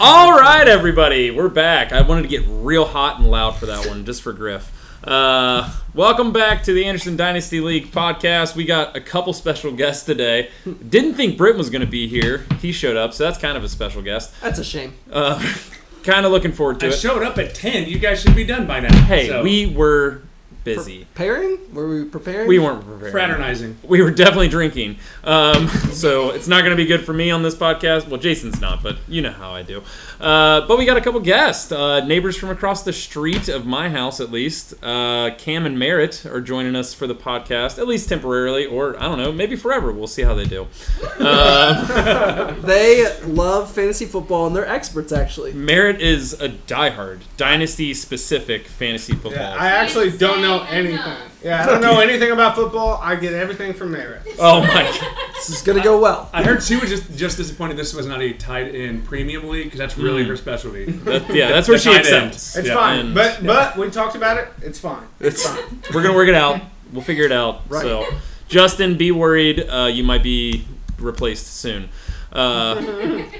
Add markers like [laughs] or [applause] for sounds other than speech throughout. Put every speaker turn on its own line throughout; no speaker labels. All right, everybody, we're back. I wanted to get real hot and loud for that one, just for Griff. Uh, welcome back to the Anderson Dynasty League podcast. We got a couple special guests today. Didn't think Britton was going to be here. He showed up, so that's kind of a special guest.
That's a shame.
Uh, kind of looking forward to
I
it.
showed up at 10. You guys should be done by now.
hey,
So,
we were busy.
Preparing? Were we preparing?
We weren't prepared.
fraternizing.
we were definitely drinking. Um, [laughs] so it's not going to be good for me on this podcast. Well, Jason's not, but you know how I do. Uh, but we got a couple guests, uh, neighbors from across the street of my house, at least. Uh, Cam and Merritt are joining us for the podcast, at least temporarily, or I don't know, maybe forever. We'll see how they do.
They love fantasy football and they're experts, actually.
Merritt is a diehard dynasty specific fantasy football.
Yeah, I actually
Can't
don't know
say
anything.
enough.
Yeah, I don't know anything about football. I get everything from Mara.
oh my [laughs] god!
This is going to go well.
I heard she was just, just disappointed this was not a tight end premium league because that's
Mm.
really her specialty.
That- yeah, that's where
The
she
tight end.
excels.
It's
Yeah.
fine,
And-
but but we talked about it. It's fine.
It's we're gonna work it out. We'll figure it out. So, Justin, be worried. Uh, you might be replaced soon.
[laughs]
Uh,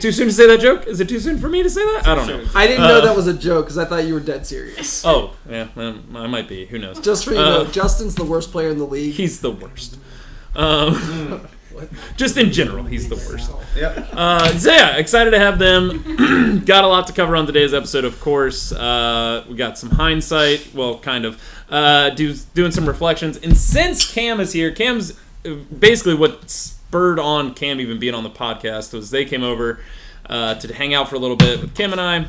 too soon to say that joke? Is it too soon for me to say that? I don't know.
I didn't know
Uh,
that was a joke because I thought you were dead serious.
Oh, yeah, um, I might be. Who knows?
Just for you
Uh,
to know, Justin's the worst player in the league.
He's the worst. Um,
Mm.
[laughs] just in general, he's the worst.
Yep.
Uh, so yeah, excited to have them. [clears throat] got a lot to cover on today's episode, of course. Uh, we got some hindsight, well, kind of. Uh, do, doing some reflections, and since Cam is here, Cam's uh, basically what spurred on Cam even being on the podcast was they came over uh, to hang out for a little bit with Cam and I.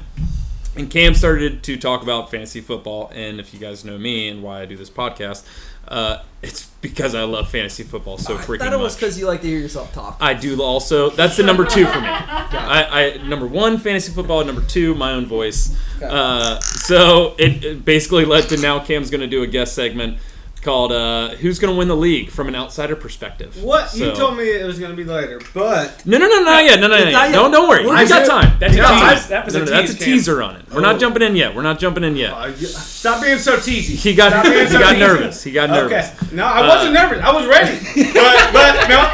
And Cam started to talk about fantasy football, and if you guys know me and why I do this podcast, uh, it's because I love fantasy football so
I
freaking
thought it was
much.
because you like to hear yourself talk.
I do also. That's the number two for me. I, I number one fantasy football. Number two, my own voice. Uh, so it, it basically led to now Cam's going to do a guest segment called uh, "Who's Going to Win the League" from an outsider perspective.
What you
So-
told me it was gonna be later, but
No, no, no, no, yeah, no, no, no,
Not
yeah.
yet.
don't, don't worry.
We're
We've got
good.
time.
That's a
No, I-
tease. That was
No,
a
no,
tease.
that's a
Cam.
teaser on it. We're not jumping in yet. We're not jumping in yet.
uh, you- stop being so teasy.
He got,
Stop
he
being so
got
teasy.
nervous. He got nervous. Uh,
Okay. No, I wasn't nervous. I was ready.
[laughs]
but but no,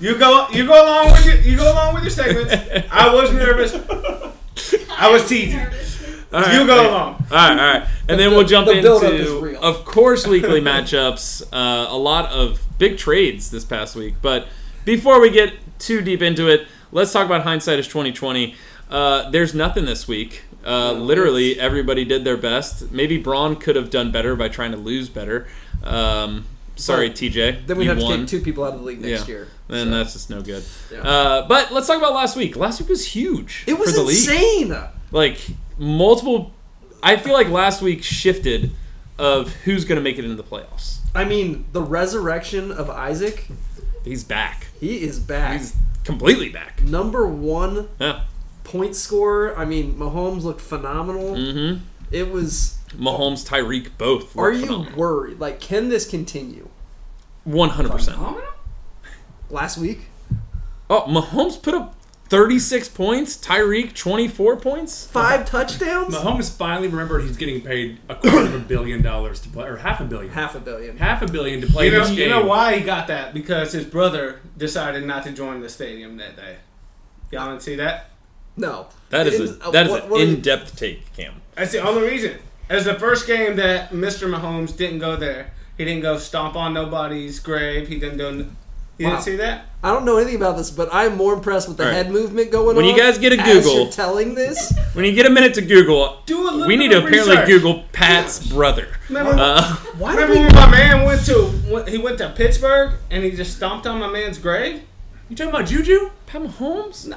you go you go along with your, you go along with your segments. I was nervous. I was teasing.
All right,
You go
okay.
along.
All right, all right. And then
bu-
we'll jump
the buildup is
into,
real.
of course, weekly matchups. Uh, a lot of big trades this past week. But before we get too deep into it, let's talk about hindsight is 2020. Uh, there's nothing this week. Uh, literally, everybody did their best. Maybe Braun could have done better by trying to lose better. Um, sorry,
But
TJ.
then we'd
you
have
won.
to take two people out of the league next
Yeah.
year.
Then that's just no good.
Yeah.
Uh, but let's talk about last week. Last week was huge.
It was
for the league
insane.
like multiple I feel like last week shifted of who's going to make it into the playoffs.
I mean, the resurrection of Isaac,
He's back.
he is back.
He's completely back.
Number one
Yeah.
point scorer. I mean, Mahomes looked phenomenal.
Mhm.
It was.
Mahomes, Tyreek both.
Are you worried? Like, can this continue?
100%.
Last week,
Oh, Mahomes put up 36 points, Tyreek 24 points.
five touchdowns,
Mahomes finally remembered he's getting paid a quarter of a billion dollars to play, or half a billion.
half a billion.
Half a billion to play
You know,
this game.
you know why he got that? Because his brother decided not to join the stadium that day. Y'all didn't see that?
No,
That
It
is
didn't- uh,
a that is
what-
an
what-
in-depth take, Cam.
That's the only reason. It's the first game that Mr. Mahomes didn't go there. He didn't go stomp on nobody's grave. He didn't go. N- you
Wow.
didn't see that?
I don't know anything about this, but I'm more impressed with the
Alright.
head movement going
When
on.
you guys get a
as
Google-
you're telling this,
When you get a minute to Google,
Do a little
we
bit
need to
of
apparently
research.
Google Pat's brother.
Remember,
Uh,
[laughs] why do
remember
we?
when my man went to when he went to Pittsburgh and he just stomped on my man's grave?
You talking about Juju?
Pat Mahomes?
No,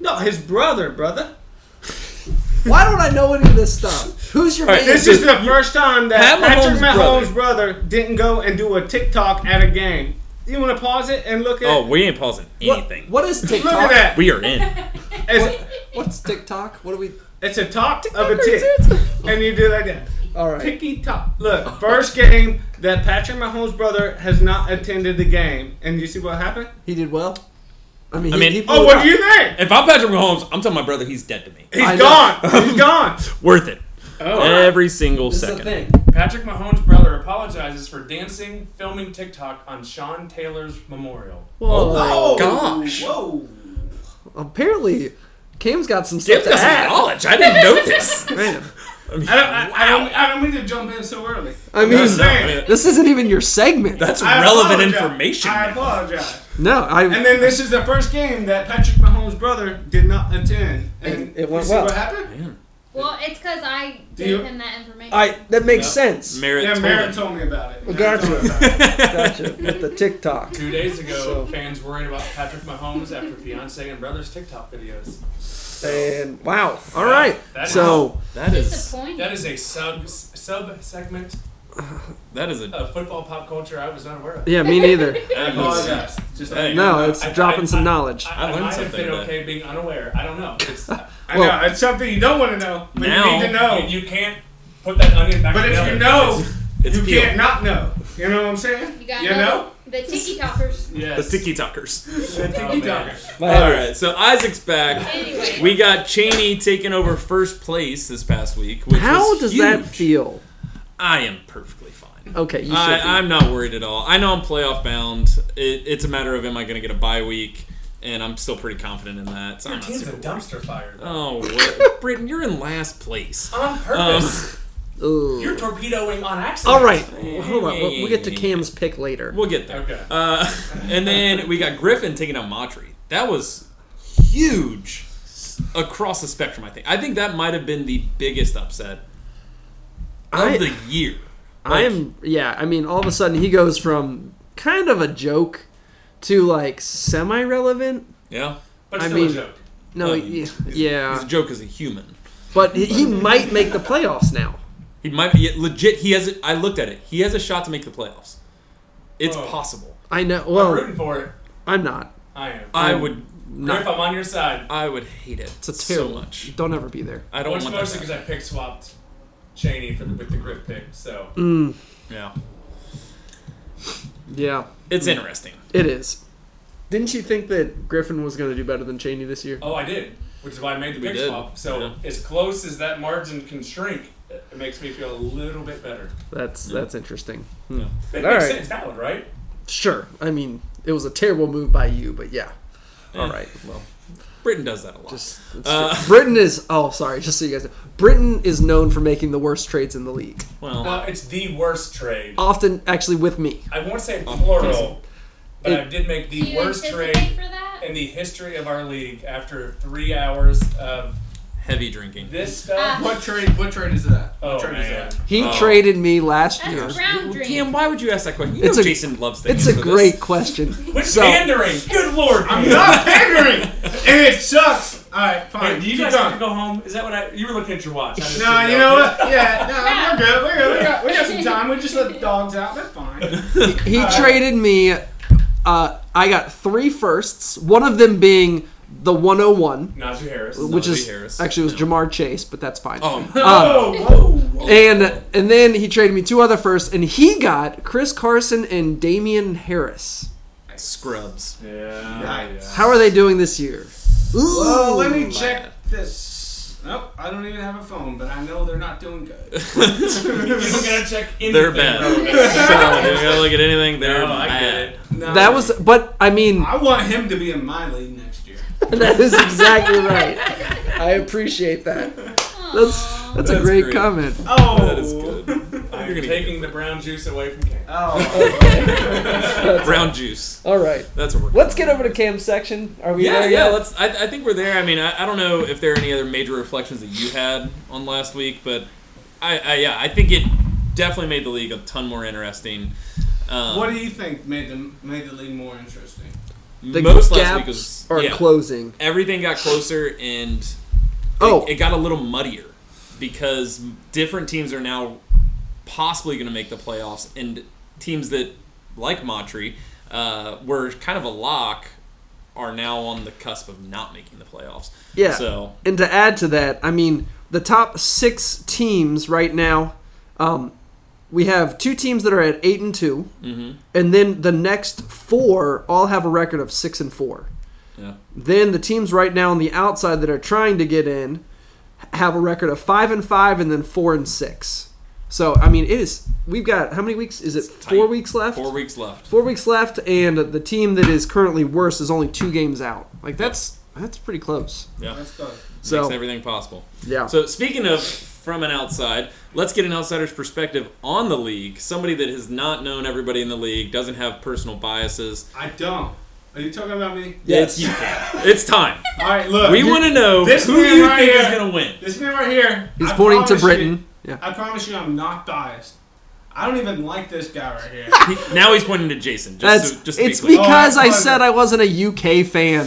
no, his brother, brother.
Why don't I know any of this stuff? Who's your
Alright,
man?
This is the first time that
Pat
Patrick
Mahomes'
Mahomes' brother. didn't go and do a TikTok at a game. You want to pause it and look at?
Oh, we ain't pausing
What-
anything.
what is TikTok?
look at that.
We are in.
It's,
What's TikTok? What do we?
it's a talk of a tick, and you do like that.
All right.
Picky top. Look, first game that Patrick Mahomes' brother has not attended the game, and you see what happened?
He did well. I mean,
I
he,
mean-
he
Oh,
pulled it
what
off.
do you think?
If I'm Patrick Mahomes, I'm telling my brother he's dead to me.
I
He's
know. [laughs]
gone. He's gone.
Worth it. Every single
Oh. This is the
second.
thing.
Patrick Mahomes' brother apologizes for dancing, filming TikTok on Sean
Oh,
Oh.
Taylor's memorial.
Whoa.
gosh.
Whoa.
Apparently, Cam's got some
Jim's
stuff to
got some
add.
knowledge. I didn't know this.
Man,
I don't, I, I, don't, I don't mean to jump in so early.
I mean,
That's
I mean,
this isn't even your segment.
that's
I
relevant
apologize.
information.
I apologize.
no, I.
And then this is the first game that Patrick Mahomes' brother did not attend. And
It- it went
you see
well.
what happened?
Well, it's because I
Do
gave
you-
him that information.
I that makes sense.
Merit
Yeah,
told
Merritt
him.
told me about it.
Gotcha.
Merritt told me about it.
Gotcha. With the TikTok.
Two days ago,
So-
fans worried about Patrick Mahomes after fiance and brothers TikTok videos.
And wow. All right.
That is-
So
That is
disappointed.
That is a sub sub segment
that is a
of football pop culture I was not aware of.
yeah, me neither.
I
that is-
apologize. Just
Hey. [laughs]
No, it's
I-
dropping
I-
some
I-
knowledge.
I,
I learned
might have
something
been
today.
okay being unaware. I don't know.
[laughs]
It's,
I
Well-
know it's something you don't want to know, but
Now-
you need to know.
you, you can't put that onion back
but if
together.
you know,
it's
you
peel.
can't not know. You know what I'm saying?
you got
you know?
the tiki talkers.
the
Yes.
tiki talkers.
The
Oh,
tiki
man.
talker.
All right, so Isaac's back.
Anyway,
We got Cheney taking over first place this past week. Which
How
was
does
huge.
that feel?
I am perfectly fine.
Okay, you should. be.
I, I'm not worried at all. I know I'm playoff bound. It, it's a matter of am I going to get a bye week, and I'm still pretty confident in that. So I'm
Your
not
team's a
super.
dumpster fire. though.
Oh, Um, what? Britain, you're in last place.
On purpose.
Ooh.
You're torpedoing on accident.
All right. Hold on. We'll, we'll get to Cam's pick later.
We'll get there.
Okay.
Uh, and then we got Griffin taking out Matry. That was huge across the spectrum. I think. I think that might have been the biggest upset of
I-
the year.
I am. Yeah. I mean, all of a sudden he goes from kind of a joke to like semi-relevant.
Yeah.
But
I
still
mean-
a joke.
No.
Oh,
yeah.
he's- He's
yeah.
a joke as a human.
But he, he might make the playoffs now.
He might be legit. He has. A, I looked at it. He has a shot to make the playoffs. It's
Whoa.
possible.
I know.
I'm
Well,
rooting for it.
I'm not.
I am.
I
I'm
would.
Griff,
Not.
I'm on your side.
I would hate it.
It's a
so
terrible.
much.
Don't ever be there.
I don't
Which
want
mostly
that.
because I pick swapped Cheney for the, with the Griff pick. So
Mm,
Yeah.
yeah.
It's interesting.
It is. Didn't you think that Griffin was going to do better than Cheney this year?
oh, I did, which is why I made the
We
pick
did.
swap. So
Yeah.
as close as that margin can shrink, it it makes me feel a little bit better.
That's that's interesting.
Yeah.
It
All
makes
right.
sense, valid, right?
Sure. I mean, it was a terrible move by you, but yeah. All
Yeah.
right. Well,
Britain does that a lot.
just it's
Uh,
true. Britain is. Oh, sorry. Just so you guys know, Britain is known for making the worst trades in the league.
[laughs] well,
Well, Uh, it's the worst trade.
Often, actually, with me.
I won't say plural, but I
It-
did make
do
the
you
worst
anticipate
trade
for that?
in the history of our league after three hours of
heavy drinking.
this
Ah.
stuff.
What trade? What trade is that?
Oh,
what trade
man.
is that?
He
Oh.
traded me last year.
That's round drink.
Cam, why would you ask that question? You
It's
know
a-
Jason loves things.
It's
[laughs]
a
for this.
great question.
With
So-
pandering, good lord!
I'm
Cam.
not pandering, and it sucks. All right, fine.
Hey, you
keep
guys
going.
have to go home. Is that what I? You were looking at your watch. I just
No,
didn't
you know what? Yeah, no, we're good.
No.
We're good. We got, we got some time. We just let the dogs out. That's fine.
[laughs]
He, he traded me. Uh, I got three firsts. One of them being the 101,
Najee Harris.
which
Najee
is
Harris.
actually was Jamar Chase, but that's fine.
[laughs]
Uh,
Oh,
[laughs]
Whoa, whoa, whoa.
And and then he traded me two other firsts, and he got Chris Carson and Damian Harris.
scrubs. [laughs]
Yeah.
Yikes.
How are they doing this year?
Whoa, let
Ooh.
me check this. Nope, I don't even have a phone, but I know they're not doing good.
[laughs] You don't gotta check anything.
They're
[laughs]
bad.
bro.
Don't gotta look at anything. They're
No, I get
bad.
it.
No.
That was, but I [laughs] mean,
I want him to be in my league
[laughs]
next year.
that is exactly right. I appreciate that. That's that's a
That's
great,
great.
comment.
Oh,
That is good.
I'm
You're gonna
taking the brown juice away from [laughs] Cam.
Oh,
[laughs]
Brown juice.
All right,
That's what we're.
let's get over to Cam's section. Are we
Yeah,
there
yeah.
yet?
Let's. I, I think we're there. I mean, I, I don't know if there are any other major reflections that you had on last week, but I, I yeah, I think it definitely made the league a ton more interesting. Um,
[laughs] what do you think made the made the league more interesting?
the
most
gaps
last week was
are
yeah,
closing.
everything got closer and it,
Oh.
it got a little muddier because different teams are now possibly going to make the playoffs and teams that like Matry uh, were kind of a lock are now on the cusp of not making the playoffs.
Yeah.
So
And to add to that, I mean, the top six teams right now, um, we have two teams that are at eight and 2
mm-hmm.
and then the next four all have a record of six and four.
yeah.
Then the teams right now on the outside that are trying to get in have a record of five and five, and then four and six. So I mean, it is. We've got how many weeks? Is it four
tight.
weeks left?
Four weeks left.
Four weeks left, and the team that is currently worse is only two games out. Like that's That's pretty close.
Yeah.
Let's go.
So
Makes everything possible.
yeah.
So speaking of from an outside, let's get an outsider's perspective on the league. Somebody that has not known everybody in the league, doesn't have personal biases.
I don't. Are you talking about me?
Yes.
It's you,
[laughs]
Cam. It's time.
All right, look.
We want to know
this
who
man
you
right
think is
here-
going to win.
This man right here.
He's
I
pointing to
promise you-
Britain. Yeah.
I promise you, I'm not biased. I don't even like this guy right here.
He- now he's pointing to Jason. Just,
That's
so, just to
it's
be clear.
because
Oh,
I
that's
said I wasn't a UK fan.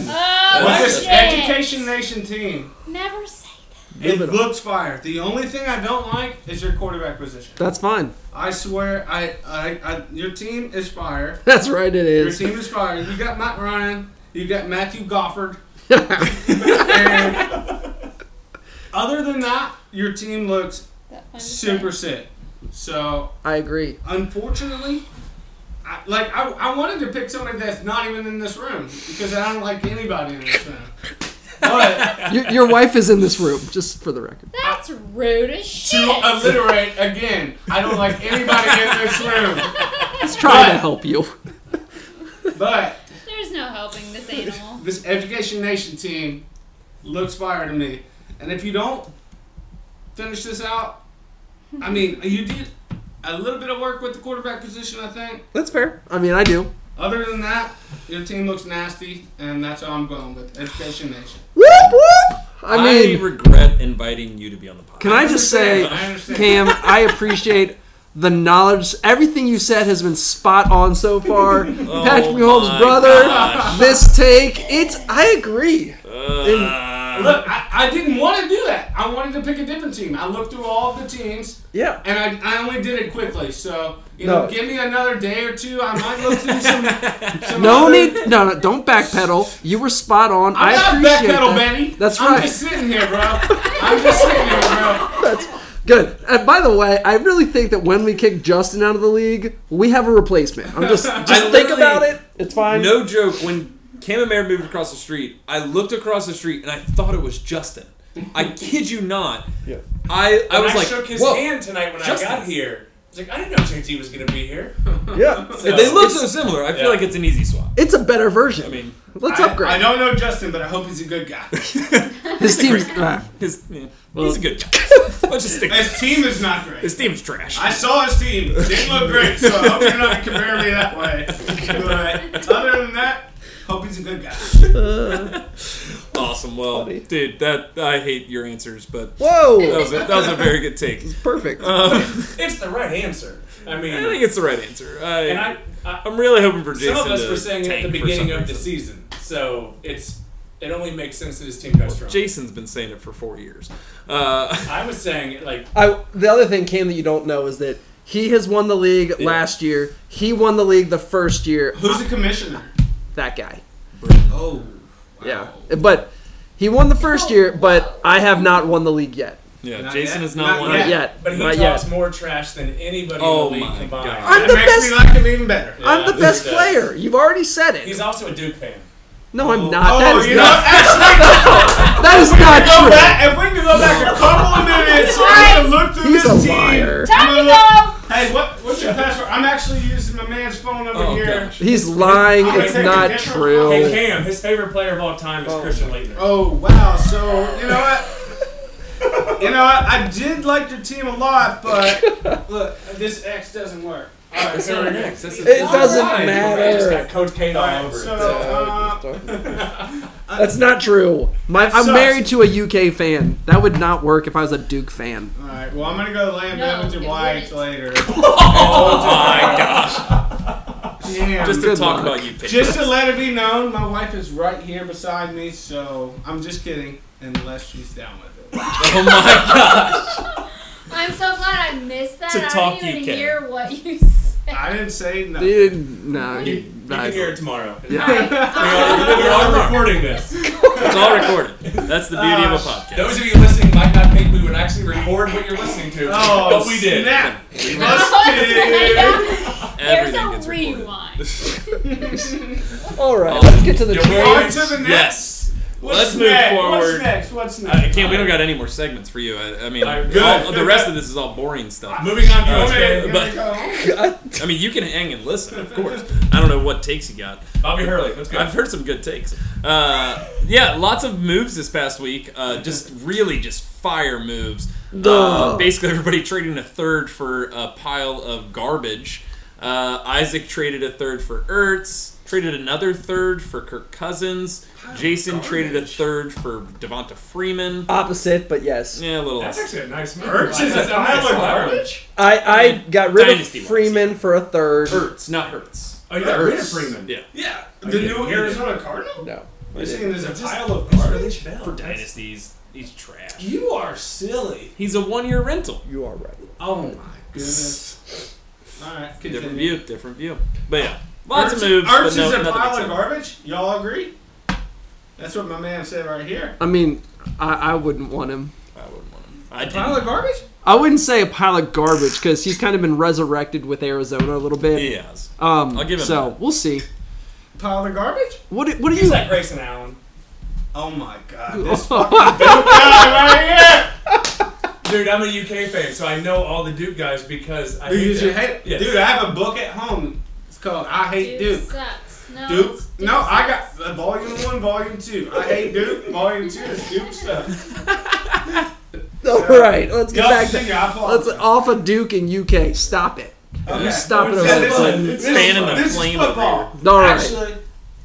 What's
Oh,
What's
this
this
shit.
Education Nation team?
Never say
It
it up.
looks fire. The only thing I don't like is your quarterback position.
That's fine. [laughs]
I swear, I, I, I your team is fire.
That's right. It
Your
is.
team is fire. You got Matt Ryan. You got Matthew
[laughs]
Gofford. and other than that, your team looks
that. Fun to say.
super sick. So
I agree.
unfortunately, I, like I, I wanted to pick somebody that's not even in this room because I don't like anybody in this room. But
Your, your wife is in this room, just for the record.
That's rude as shit.
to alliterate again, I don't like anybody in this room.
He's trying to help you.
But
There's no
[laughs]
helping this animal.
this Education Nation team looks fire to me. And if you don't finish this out, I mean, you did a little bit of work with the quarterback position, I think.
That's fair. I mean, I do.
Other than that, your team looks nasty, and that's how I'm going with Education Nation.
Whoop whoop. I
I
mean,
regret inviting you to be on the podcast.
can I just say,
I understand.
Cam, I appreciate the knowledge. Everything you said has been spot on so far. Patrick Mahomes'
my
brother,
gosh.
this take. It's. I agree.
Uh,
Look, I, I didn't want to do that. I wanted to pick a different team. I looked through all of the teams,
Yeah.
and I, I only did it quickly. So, you
No.
know, give me another day or two. I might look through some. some
No
other-
need. No, no. Don't backpedal. You were spot on.
I'm
I
not
appreciate
backpedal,
that.
Benny.
That's
I'm
right.
just sitting here, bro. I'm just sitting here, bro.
Good. And by the way, I really think that when we kick Justin out of the league, we have a replacement. I'm just just think
literally-
about it. It's fine.
no joke. When Cam and Mare moved across the street, I looked across the street and I thought it was Justin. I kid you not.
Yeah.
I I
I
was like,
shook his
whoa.
hand tonight when
Justin.
I got here. It's like I didn't know JT was gonna
[laughs]
be here.
Yeah.
They look so
It's,
similar. I feel
Yeah.
like it's an easy swap.
it's a better version.
I mean, [laughs]
let's
I,
upgrade.
I don't know Justin, but I hope he's a good guy.
His team's ah,
his yeah, he's a
[laughs]
good. Let's just stick.
His team is not great.
His team's trash.
I saw his team. Didn't look great, so I hope you're not comparing me that way. But other than that, hope he's a good guy.
awesome. Well,
Funny.
dude, that I hate your answers, but that
Whoa.
was a, that was a very good take.
Perfect.
Um,
It's the right answer. I mean,
I think it's the right answer. I,
and I, I
I'm really hoping for Jason.
some of us
to
were saying it at
tank
the
for
beginning
some
of the
reason.
season, so it's it only makes sense that his team goes strong.
Jason's been saying it for four years. Uh, [laughs]
I was saying it like
I, the other thing, Cam, that you don't know is that he has won the league last year. He won the league the first year.
Who's the commissioner?
That guy.
Oh. wow.
Yeah. But he won the first year, but I have not won the league yet.
yeah,
Not
Jason
yet.
is not,
Not
one.
Not
of-
Yeah,
yet.
But he
Not
talks
yet.
more trash than anybody
Oh
in the
my
league combined.
God.
I'm
That
the
makes
best.
me like him even better.
I'm the
Yeah,
best
he does.
player. You've already said it.
He's also a Duke fan.
no, I'm
oh,
not. That is
you know,
not.
actually,
That is
if we
not
could go
true.
back, if we could go back a couple of minutes, I could look through
He's
this
a
team.
liar.
I'm gonna
Taco!
look- Hey, what, what's your password? I'm actually using my man's phone over
Oh,
here.
gosh.
He's lying.
I'm
It's
taking
not
different-
Oh.
Hey
true.
Cam, his favorite player of all time is Christian Leitner.
Oh wow! So you know what? You know what? I did like your team a lot, but look, this X doesn't work. All right,
That's
here
not
we
an
go.
X. That's a-
It doesn't
Fine.
matter.
I just got Coach Kate all
All right,
over it.
so
Uh,
uh,
That's not true. My, I'm
sucks.
married to a UK fan. That would not work if I was a Duke fan.
all right. Well, I'm gonna go lay in bed
No,
with your
it
[laughs]
wife later.
[laughs]
Oh my gosh!
Damn.
Just
Just
to
Good
talk
luck.
about you. Pete.
to let it be known, my wife is right here beside me, so I'm just kidding, unless she's down with it.
oh my gosh!
I'm so glad I missed that.
To
I
talk
didn't even
UK.
hear what you [laughs] said.
I didn't say nothing.
Dude, no.
You-
you-
you
I-
can hear it tomorrow.
Yeah.
[laughs]
Alright,
We
alright.
are, we are recording this.
It's all recorded. That's the beauty of a podcast.
Those of Uh, you listening might not think we would actually record what you're listening to,
Oh,
but we did.
Snap.
There's
Everything
a
gets recorded.
rewind.
All right,
Oh,
let's get to the
yeah, we
trade.
On to the next.
Yes.
What's
Let's move
next?
forward.
What's next? What's next?
I can't. We don't got any more segments for you. I, I mean,
All right, good,
all- the
good,
rest of
good.
this is all boring stuff.
Moving on to
All
what's
right, here
good.
we
but-
go.
I mean, you can hang and listen, of course. I don't know what takes you got.
Bobby Hurley. Let's go.
I've heard some good takes. Uh, yeah, lots of moves this past week. Uh, just really just fire moves. Uh,
Duh.
basically, everybody trading a third for a pile of garbage. Uh, Isaac traded a third for Ertz. Traded another third for Kirk Cousins. Jason traded a third for Devonta Freeman.
Opposite, but yes.
Yeah, a little.
That's actually a nice move.
Urch is
That's
a pile
nice
of
one.
garbage.
I, I got rid
Dynasty
of
wise,
Freeman for a third.
Ertz, not Hertz.
Oh, you got rid of
Urch.
Freeman.
Yeah.
Yeah,
I
the
did,
new
I did.
Arizona Cardinal.
No. I
You're
didn't.
saying there's a
Just-
pile of
it's
garbage.
really bad.
For dynasties, he's trash.
You are silly.
He's a one-year rental.
You are right.
Oh my goodness. All right, continue.
Different view, different view. But yeah, lots of moves.
Arch
but no,
is a
nothing
pile of
exciting.
garbage. Y'all agree? That's what my man said right here.
I mean, I, I wouldn't want him.
I wouldn't want him. I
Pile
didn't.
of garbage?
I wouldn't say a pile of garbage because he's kind of been resurrected with Arizona a little bit.
He has.
Um,
I'll give him
so
that.
we'll see.
Pile of garbage?
What do- What do
He's
you?
like Grayson Allen. Oh my god. This fucking dope guy right
Dude, I'm a UK fan, so I know all the Duke guys because I
here. Dude,
hate
you should
them.
hate.
Yes.
Dude, I have a book at home. It's called I Hate
Duke,
Duke.
sucks. No,
Duke?
it's Duke
No, I
sucks.
got uh, volume one, volume two. I hate Duke. Volume two is Duke stuff.
[laughs] All right, let's get
Y'all
back
continue,
to.
I apologize.
Let's off of Duke and UK. Stop it.
Okay.
You stop it
Yeah,
over
this
there.
is-
Like,
this is-
fan in the
this is
flame over
football.
All right.
Actually,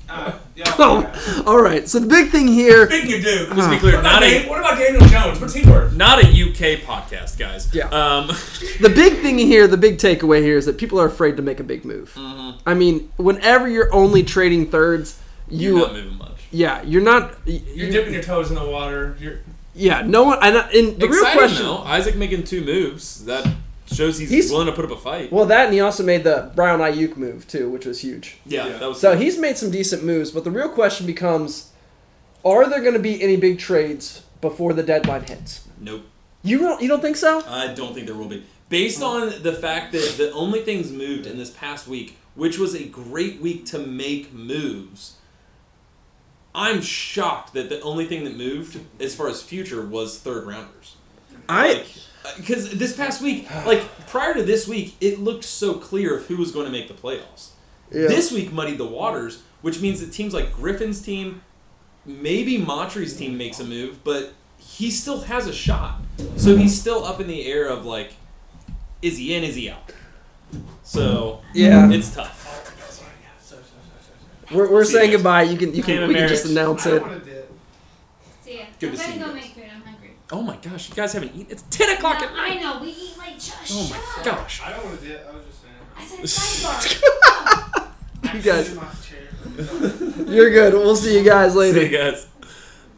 uh, yeah,
Oh, [laughs] all right. So the big thing here.
Speaking of Duke,
Let's be clear.
what, about
Not
Dan-
a
what about Daniel Jones? What's he worth?
not a UK podcast, guys.
Yeah.
Um.
The big thing here, the big takeaway here is that people are afraid to make a big move. I mean, whenever you're only trading thirds,
You're
[laughs] you
[laughs] not moving much.
yeah, you're not.
You're
you-
dipping your toes in the water. You're,
Yeah, no one. And, and the real
Exciting
question.
though. Isaac making two moves that shows he's,
He's-
willing to put up a fight.
Well, that and he also made the Brown Ayuk move too, which was huge.
yeah, that was.
So he's made some decent moves, but the real question becomes: Are there going to be any big trades before the deadline hits?
nope.
You don't. You don't think so?
I don't think there will be. Based on the fact that the only things moved in this past week, which was a great week to make moves, I'm shocked that the only thing that moved as far as future was third rounders.
I.
Because this past week, like prior to this week, it looked so clear of who was going to make the playoffs.
Yeah.
This week muddied the waters, which means that teams like Griffin's team, maybe Montre's team makes a move, but he still has a shot. So he's still up in the air of like, is he in, is he out? So
Yeah.
it's tough.
We're, we're
See you
saying
guys.
goodbye. You can. You
Came
can.
in
We can just
marriage.
announce
I
it.
don't wanna do it.
See ya.
Good
I'm
to
gonna
see you
go
guys.
make food. I'm hungry.
Oh my gosh, you guys haven't eaten. It's ten o'clock
No,
at
I
night.
know. We eat like just.
Oh
shut
my
up.
gosh.
I don't want to do it. I was just saying.
I said
[laughs]
sidebar.
You guys.
My chair.
You're good. We'll see you guys
[laughs]
later.
See you guys.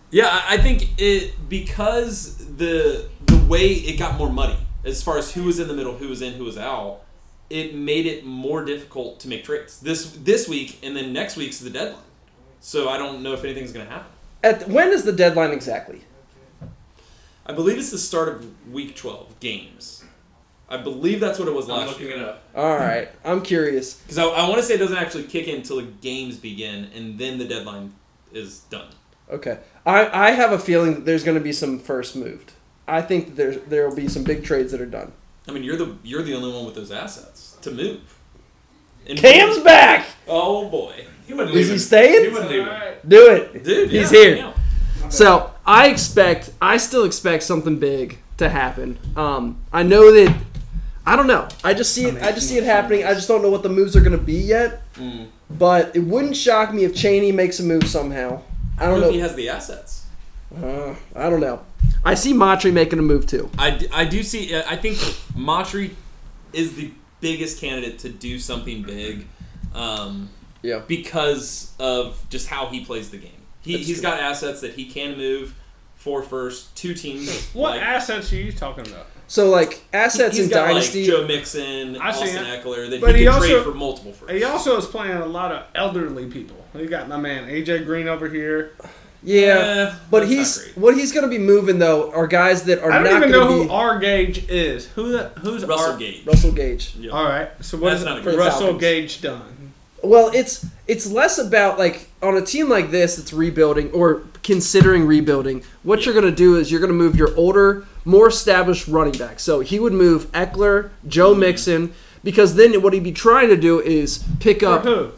Yeah, I- I think it because the the way it got more muddy as far as who was in the middle, who was in, who was out. It made it more difficult to make trades this this week, and then next week's the deadline. So I don't know if anything's going to happen.
At, when is the deadline exactly?
I believe it's the start of week twelve games. I believe that's what it was
I'm
last
looking
year.
it up.
All right. I'm curious.
Because I, I want to say it doesn't actually kick in until the games begin, and then the deadline is done.
Okay. I, I have a feeling that there's going to be some first moved. I think that there's there will be some big trades that are done.
I mean, you're the you're the only one with those assets to move. And
Cam's back.
Oh boy,
He wouldn't leave
Is he
it. He
staying?
wouldn't leave it.
Alright.
Do it.
dude,
He's
yeah,
here.
yeah.
So I expect, I still expect something big to happen. Um, I know that. I don't know. I just see it. I just see it happening. I just don't know what the moves are going to be yet.
Mm.
But it wouldn't shock me if Cheney makes a move somehow.
I
I
don't
don't
know if he
know.
has the assets.
Uh, I don't know. I see Matry making a move too.
I, d- I do see. uh, I think Matry is the biggest candidate to do something big, um,
Yeah.
because of just how he plays the game. He,
That's
he's
true.
got assets that he can move for first two teams.
What
like,
assets are you talking about?
So like assets
he's
in
got,
Dynasty.
Like Joe Mixon,
I see
Austin
it.
Eckler, that
But
he
he
can trade
also-
for multiple firsts.
He also is playing a lot of elderly people. You got my man AJ Green over here.
yeah.
Eh,
But
that's not
he's
great.
what he's going to be moving though are guys that are
I don't
not going
even know
to
who
be
R Gage is. Who the, who's
Russell
R-
Gage.
Russell Gage.
Yeah.
All right. So what
That's
has
not a good-
Russell
Falcons.
Gage done?
Well, it's it's less about like on a team like this that's rebuilding or considering rebuilding, what you're going to do is you're going to move your older, more established running back. So he would move Eckler,
Mm-hmm.
Joe Mixon, because then what he'd be trying to do is pick up
who?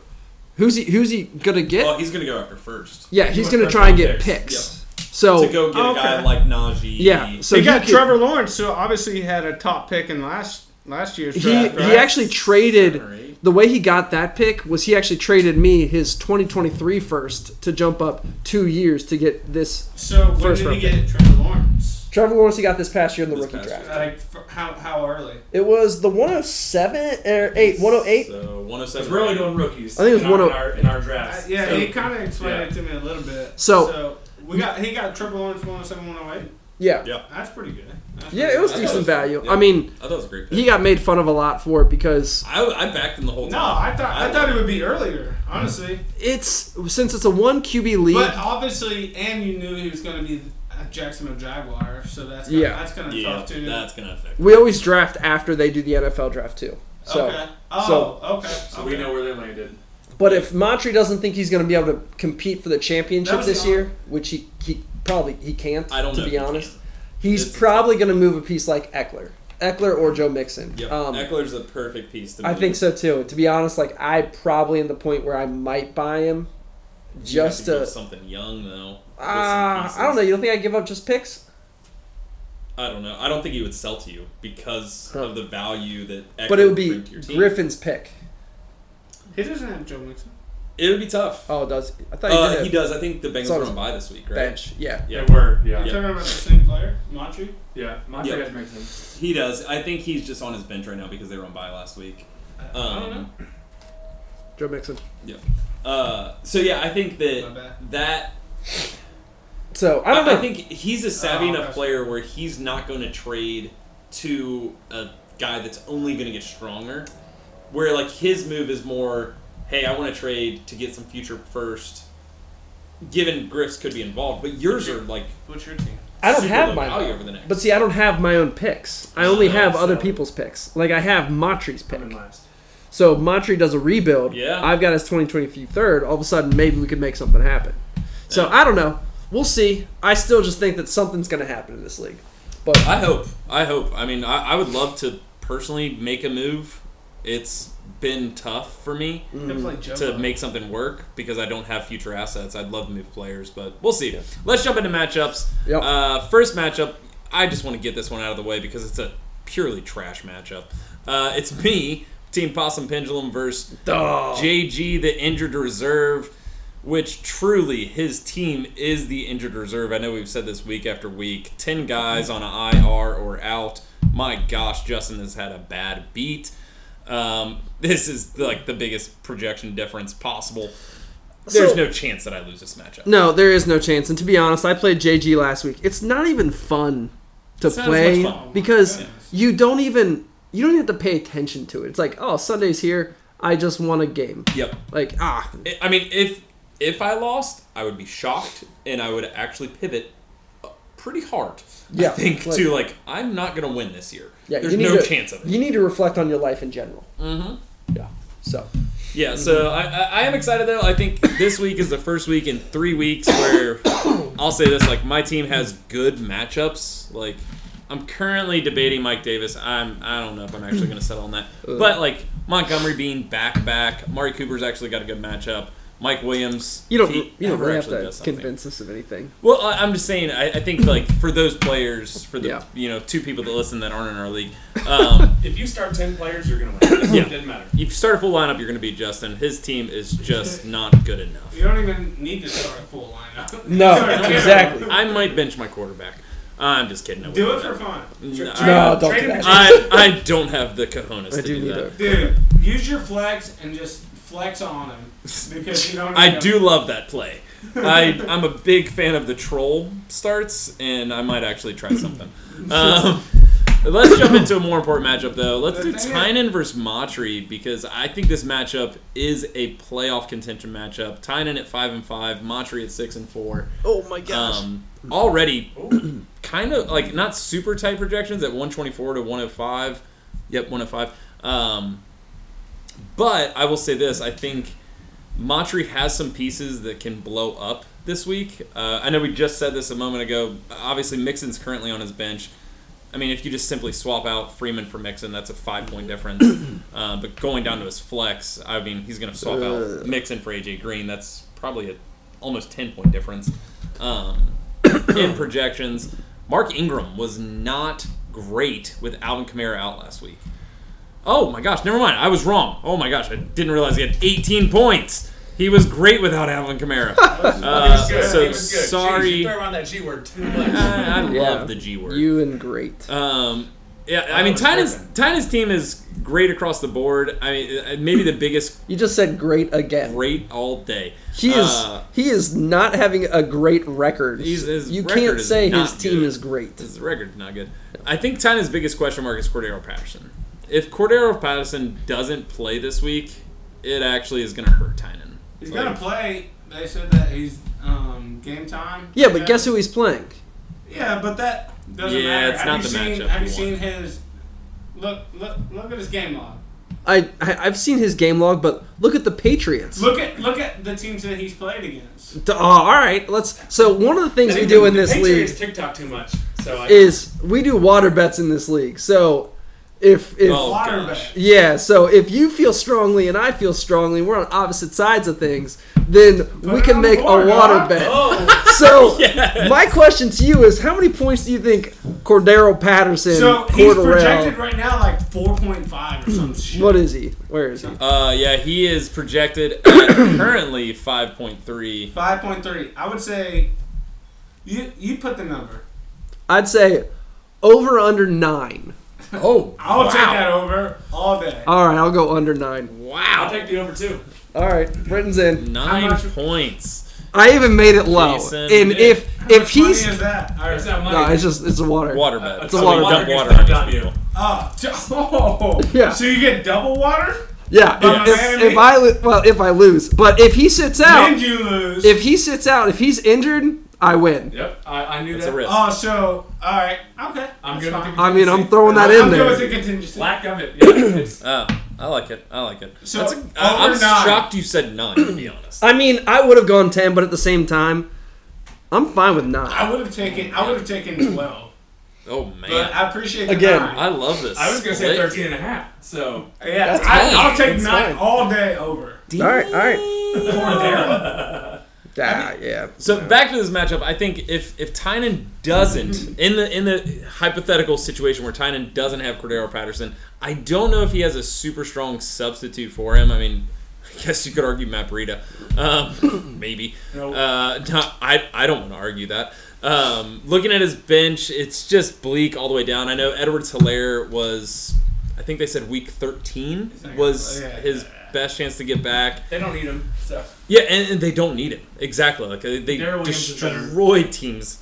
who's he who's he going to get?
Well, he's gonna go after first
yeah, he's
wants
going to
first
try and
round
get
picks.
picks. So
to go get
Oh,
a guy
Okay.
like Najee.
Oh. yeah, so
they got
could-
Trevor Lawrence, who obviously had a top pick in last last year's
he
draft.
he
right?
actually traded
Seven or eight.
the way he got that pick was he actually traded me his 2023 first to jump up two years to get this
So when
First
did he
round
get Trevor Lawrence?
Trevor Lawrence he got this past year in the
This
rookie
past
draft.
year.
Like f- how how early? Uh,
It was the 107 or oh 8 108.
So 107.
It's really going rookies.
I think it was
in our,
10
in our, in our
Uh,
drafts.
yeah,
So-
he kind of explained
yeah.
it to me a little bit.
So-
we got he got Trevor Lawrence 107, 108.
Yeah.
Yeah.
That's pretty good. That's
Yeah,
pretty
it was
I
good.
thought it
decent
was-
value.
yeah.
I mean,
I thought it Oh, was a great pick.
he got made fun of a lot for it because
I, I backed him the whole
No,
time.
I thought I, thought it would be earlier, honestly.
it's since it's a 1 QB league.
But obviously, and you knew he was going to be a Jacksonville Jaguar, so that's gonna,
Yeah.
that's kind of
Yeah,
tough too.
that's gonna affect.
we always draft after they do the NFL draft too. So,
okay. Oh,
so-
okay.
So we know where they landed.
but if Montre doesn't think he's going to be able to compete for the
That
championship
was
this
the-
year, which he, he probably he can't
I don't
to
know. if he
be honest.
can.
He's
It's-
probably going to move a piece like Eckler, Eckler or Joe Mixon.
Yep.
Um,
Eckler's the perfect piece to
I
move.
think so too. To be honest, like I probably in the point where I might buy him,
You have
just
to give
to.
something young though. with some
Ah,
pieces.
I don't know. You don't think I give up just picks?
I don't know. I don't think he would sell to you because
Huh.
of the value that. Eckler
But it would be
bring to your team.
Griffin's pick.
He doesn't have Joe Mixon.
It would be tough.
Oh, does I thought you
Uh,
did.
he does. I think the Bengals
on
are on
his
by this week, right?
bench. Yeah.
They were.
You're
Yeah.
Yeah.
talking about the same player, Montre.
Yeah. My
Yeah.
guys make sense.
He does. I think he's just on his bench right now because they were on by last week. Um,
I don't know.
Joe Mixon.
Uh, so yeah, I think
My
that
bad.
that
So I
I,
don't know.
I think he's a savvy
Oh,
enough
okay.
player where he's not going to trade to a guy that's only going to get stronger. Where like his move is more, hey, I want to trade to get some future first. Given Griff's could be involved, but yours are like
What's your team?
I don't
super
have
low
mine,
value
though.
over the next.
but see, I don't have my own picks. I only
No,
have other
so-
people's picks. Like I have Montre's pick.
I'm in last.
So Montre does a rebuild.
Yeah.
I've got his 2023 third. All of a sudden, maybe we could make something happen. So I don't know. We'll see. I still just think that something's going to happen in this league. But
I hope. I hope. I mean, I, I would love to personally make a move. It's been tough for me
hmm.
Can play Joe.
to make something work because I don't have future assets. I'd love to move players, but we'll see. Let's jump into matchups.
Yep.
Uh, first matchup, I just want to get this one out of the way because it's a purely trash matchup. Uh, it's me, Team Possum Pendulum, versus JG, the injured reserve. Which truly, his team is the injured reserve. I know we've said this week after week. 10 guys on an IR or out. My gosh, Justin has had a bad beat. Um, this is like the biggest projection difference possible. There's
So-
no chance that I lose this matchup.
no, there is no chance. And to be honest, I played JG last week. It's not even fun to
not as
play
much fun. Oh
because
Yeah.
you don't even you don't even have to pay attention to it. It's like, oh, Sunday's here. I just won a game.
Yep.
Like ah,
I- I mean, if if I lost, I would be shocked, and I would actually pivot uh, pretty hard. I
Yeah,
think
like-
to like I'm not gonna win this year.
yeah.
There's
you need
no
to,
chance of it.
You need to reflect on your life in general.
Mhm.
Yeah. So
Yeah, so I, I, I am excited though. I think this week is the first week in three weeks where I'll say this: like my team has good matchups. Like I'm currently debating Mike Davis. I'm I don't know if I'm actually going to settle on
[laughs]
that, but like Montgomery being back back, Mari Cooper's actually got a good matchup. Mike Williams,
you don't
if he
you don't
ever
really have
actually
to
does something.
convince us of anything.
Well, I- I'm just saying. I, I think like for those players, for the
Yeah.
you know two people that listen that aren't in our league, um, [laughs]
If you start 10 players, you're going to
[coughs]
win.
Yeah.
It doesn't matter.
you start a full lineup, you're going to be Justin. His team is just not good enough.
You don't even need to start a full lineup.
[laughs]
[laughs]
No,
Start a-
exactly.
I might bench my quarterback. Uh, I'm just kidding. I
Do it
wouldn't.
for fun,
No,
No, don't
Trade
do
him
that.
to
I, I don't have the cojones
I
to
do
do,
need
that.
dude. Use your flex and just flex on him because you don't.
I
know.
do love that play. I, I'm a big fan of the troll starts, and I might actually try something. Um, let's jump into a more important matchup, though. Let's do
The thing is-
Tynan versus Matry because I think this matchup is a playoff contention matchup. Tynan at five and five, Matry at six and four.
Oh my gosh.
um, already [clears throat] kind of like not super tight projections at 124 to 105. Yep, 105. Um, but I will say this: I think Matri has some pieces that can blow up this week. Uh, I know we just said this a moment ago. Obviously, Mixon's currently on his bench. I mean, if you just simply swap out Freeman for Mixon, that's a five point difference. uh, but going down to his flex, I mean, he's going to swap out Mixon for AJ Green. That's probably a almost ten point difference. Um, [coughs] in projections, Mark Ingram was not great with Alvin Kamara out last week. Oh my gosh, never mind. I was wrong. Oh my gosh, I didn't realize he had 18 points. He was great without Alvin
[laughs]
Kamara. Uh,
He was good. He
so
was good. Jeez,
sorry.
you throw around that G word too
I,
much.
I love
Yeah.
the G word.
You and great.
Um, yeah, I mean,
was
Tynan's,
perfect.
Tynan's team is great across the board. I mean, uh, maybe the biggest
You just said great again.
great all day.
He is
Uh,
he is not having a great record.
He's- his
you
record
can't
is
say his
not
team
good.
is great.
His record's not good. I think Tynan's biggest question mark is Cordero Patterson. If Cordero Patterson doesn't play this week, it actually is going to hurt Tynan.
He's gonna play. They said that he's um, game time.
Yeah, but guess who he's playing?
Yeah, but that doesn't
Yeah,
matter.
it's
have
not
you
the
seen,
matchup
Have you
you
seen his? Look, look, look at his game log.
I, I I've seen his game log, but look at the Patriots.
Look at look at the teams that he's played against.
D- oh, all right, let's. So one of the
I
things we
think
do
the-
in
the
this league
Patriots TikTok too much. So I,
is we do water bets in this league. So if if
Oh,
Water
gosh.
bet.
yeah, so if you feel strongly and I feel strongly, we're on opposite sides of things. Then we
it
can
on the
make
board,
a water
dog.
bet.
oh,
[laughs]
[laughs]
So my question to you is, how many points do you think Cordero Patterson,
So he's projected
Cordarrelle,
right now like four point five or some shit.
what is he? Where is he?
Uh, yeah, he is projected [coughs] at currently 5.3.
Five point three. I would say, you you put the number.
I'd say over under nine.
Oh,
I'll take that over all day.
All right, I'll go under nine.
I'll
Wow.
take the over too.
All right, Britton's in.
Nine
much-
points.
I even made it low.
Jason
and
did.
if
How
if
much money
he's
is that? All
It's
right.
not money.
no, it's just it's a water.
Water bet.
It's
a
so
water
we dump
bet.
water on
Got
these
you.
people.
Oh, t- [laughs] oh.
Yeah.
So you get double water
Yeah,
But
if,
man,
if, if
he-
I lo- well if I lose, but if he sits
and
out,
you lose.
if he sits out, if he's injured, I win.
Yep, I, I knew
It's
that.
a risk.
oh, so all right. Okay.
I'm
that's
good with
fine.
the
I mean, I'm throwing that
I'm
in
good
there.
with the contingency.
lack of it.
[coughs]
Yeah, it's,
Oh, I like it. I like it.
So, uh,
That's a,
over
I, am
nine.
shocked you said nine, to be honest.
I mean, I would have gone ten, but at the same time, I'm fine with nine.
I would have taken. I would have taken twelve.
Oh,
But
man.
I appreciate the
Again,
nine.
I love this.
I was going to say
split.
13 and a half. So,
yeah,
That's
I,
fine.
I'll take
That's
nine
fine.
all day over.
All right, all right.
Cordero.
Ah, yeah.
So back to this matchup, I think if if Tynan doesn't in the in the hypothetical situation where Tynan doesn't have Cordero Patterson, I don't know if he has a super strong substitute for him. I mean, [laughs] I guess you could argue Matt Breida, um, [coughs] maybe.
Nope.
Uh, not, I I don't want to argue that. Um, looking at his bench, it's just bleak all the way down. I know Edwards Hilaire was, I think they said week thirteen
not gonna
was
play. Oh, Yeah,
his
yeah, yeah.
best chance to get back.
they don't need him. So,
Yeah, and, and they don't need him. Exactly. Like uh, they they
Darryl Williams is better.
destroy teams.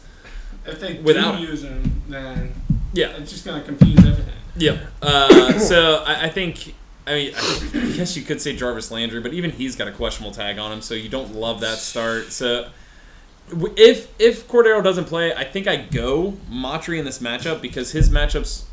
If they
Without-
do use him, then
Yeah.
it's just gonna confuse everything.
Yeah. Uh, so I, I think. I mean, I guess you could say Jarvis Landry, but even he's got a questionable tag on him, so you don't love that start. So w- if if Cordero doesn't play, I think I go Matry in this matchup because his matchups,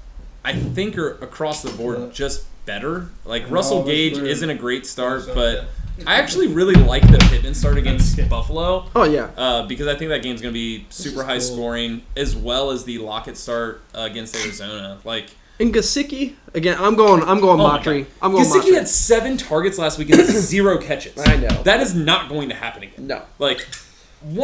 I think, are across the board just better. Like Russell
all this
Gage
weird-
isn't a great start,
So,
but I actually really like the Pittman start against Buffalo.
Oh yeah.
uh, because I think that game's going to be super high scoring, as well as the Lockett start uh, against Arizona. Like,
And Gasicki again. I'm going. I'm going
Oh my
Matry.
God.
I'm going
Gesicki
Matry.
had seven targets last week
[coughs]
and zero catches.
I know.
That is not going to happen again.
No.
Like, 100%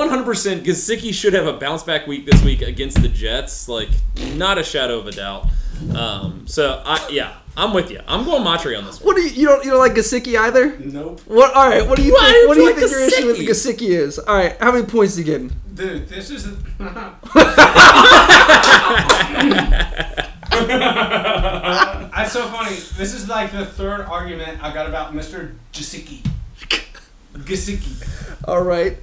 Gasicki should have a bounce back week this week against the Jets. Like, not a shadow of a doubt. Um, so, I yeah, I'm with you. I'm going Matry on this one.
What do you? You don't. You don't like Gasicki either.
Nope.
What? All right. What do you
Why
think? What do
don't
you
you
think your
like
issue with Gasicki is? All right. How many points are you getting?
Dude, this is. [laughs] That's so funny. This is like the third argument I got about Mr. Jasicki. Gasicki.
All right.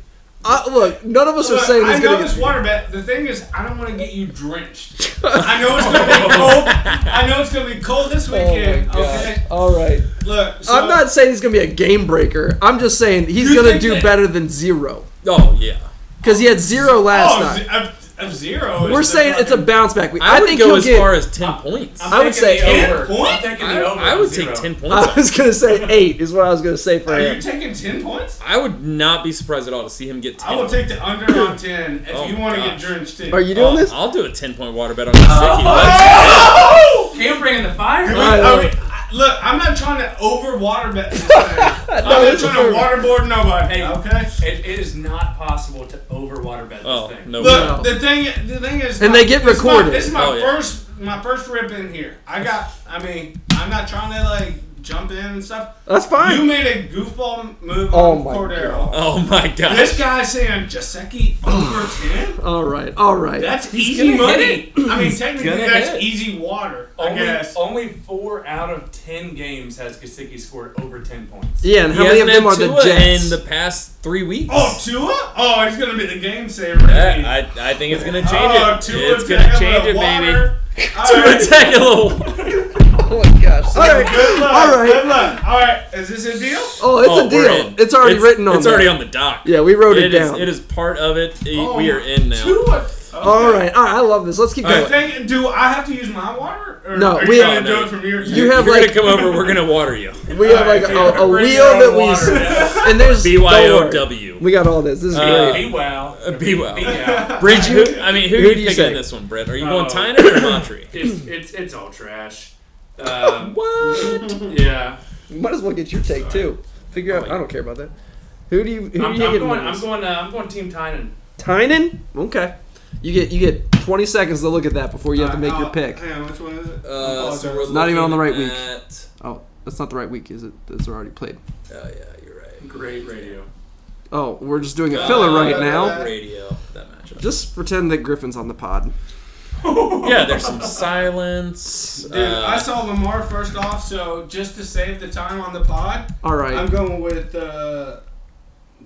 Uh, look, none of us are
Look,
saying
I
he's
know
going
this
to.
water bet. The thing is, I don't want to get
[laughs]
you drenched. I know it's gonna be cold. I know it's gonna be cold this weekend. okay.
All right.
Look, so
Oh I'm not saying he's going to be a game breaker. I'm just saying he's
You
going to
think
do
that-
better than zero
Oh, yeah.
because he had zero last
Oh,
time.
z- a,
F zero.
We're saying it's a bounce back week.
I,
I,
would
think
go
he'll
as
get.
far as 10 points.
I would say eight.
over.
Point?
I'm taking
I,
the over.
I would
zero.
take
[laughs]
10 points.
[laughs] I was gonna say eight is what I was gonna say for
Are you
him.
taking 10 points?
I would not be surprised at all to see him get 10
I will take the under on 10 if
Oh
you
my
want to get
gosh.
drenched in.
Are
Oh,
you doing
[laughs]
this?
I'll do a 10 point water bet on Kaseki.
Oh,
Cam bringing the fire.
Alright,
Are
alright.
we- I- Look, I'm not trying to over water
[laughs]
bet this thing. I'm not
this is
trying to waterboard nobody.
Hey.
Okay.
It, it is not possible to over water bet this
Oh,
thing.
no.
Look, the thing, the thing is,
And
my-
they get
this is my-
recorded.
This is my
Oh, yeah.
first, my first rip in here. I got. I mean, I'm not trying to like jump in and stuff.
That's fine.
You made a goofball move
Oh
on
my
Cordero.
Oh my god.
This guy saying Jaceki over
[sighs]
ten.
all right, all right.
That's easy
gonna
money. I mean, technically,
gonna
that's
hit.
easy water. I
Only,
guess.
only four out of ten games has Kasicki scored over ten points.
yeah, and how
He
many
hasn't
of them are
had
the
Tua
Jets?
in the past three weeks.
Oh, Tua? Oh, he's gonna be the game saver. isn't he?
I, I, I think it's going to change
oh,
it.
Tua
it's going to change it, baby.
[laughs]
water. All
Tua
right.
Tagovailoa.
[laughs] oh my gosh! All right,
Good luck.
all right.
Good luck. All right. Is this a deal?
Oh, it's
Oh,
a
we're
deal.
in.
It's already written on.
It's already
there.
on the dock.
Yeah, we wrote it,
It is,
down.
it is part of it. It-
Oh,
we are in now.
Tua.
All right, all right. I love this. Let's keep
I
going.
think, do I have to use my water? Or
No,
are
we-
you gonna
no,
do it from your.
You
[laughs]
have
You're
like
gonna come over. We're gonna water
[laughs]
you.
we have like
Alright,
a, a
bring
wheel
your own
that we [laughs]
water.
[laughs]
and there's don't worry.
BYOW.
We got all this. This is
Uh,
great.
Be wow.
Uh, Be well. [laughs]
[laughs]
Yeah.
Bridge. Who, I mean, who,
Who
are
do
you
you
picking in
say?
this one, Brett? Are you
Oh.
going Tynan or Montre?
It's, it's it's all trash. Um,
what? [laughs]
yeah.
You might as well get your take too. Figure out. I don't care about that. Who do you? Who
I'm, I'm
do you get?
going. I'm going. Uh, I'm going
[laughs]
Team Tynan.
Tynan. Okay. You get you get 20 seconds to look at that before you
Uh,
have to make your pick.
Hang on, which one is it?
Uh, so we're
Not even on the right
looking
week.
at-
Oh, that's not the right week, is it? That's already played.
Oh yeah, you're right.
Great
[laughs]
radio.
Oh, we're just doing a filler right now.
Radio. That matchup.
Just pretend that Griffin's on the pod.
Yeah, there's some silence.
Dude, I
Uh,
saw Lamar first off, so just to save the time on the pod,
All right.
I'm going with uh,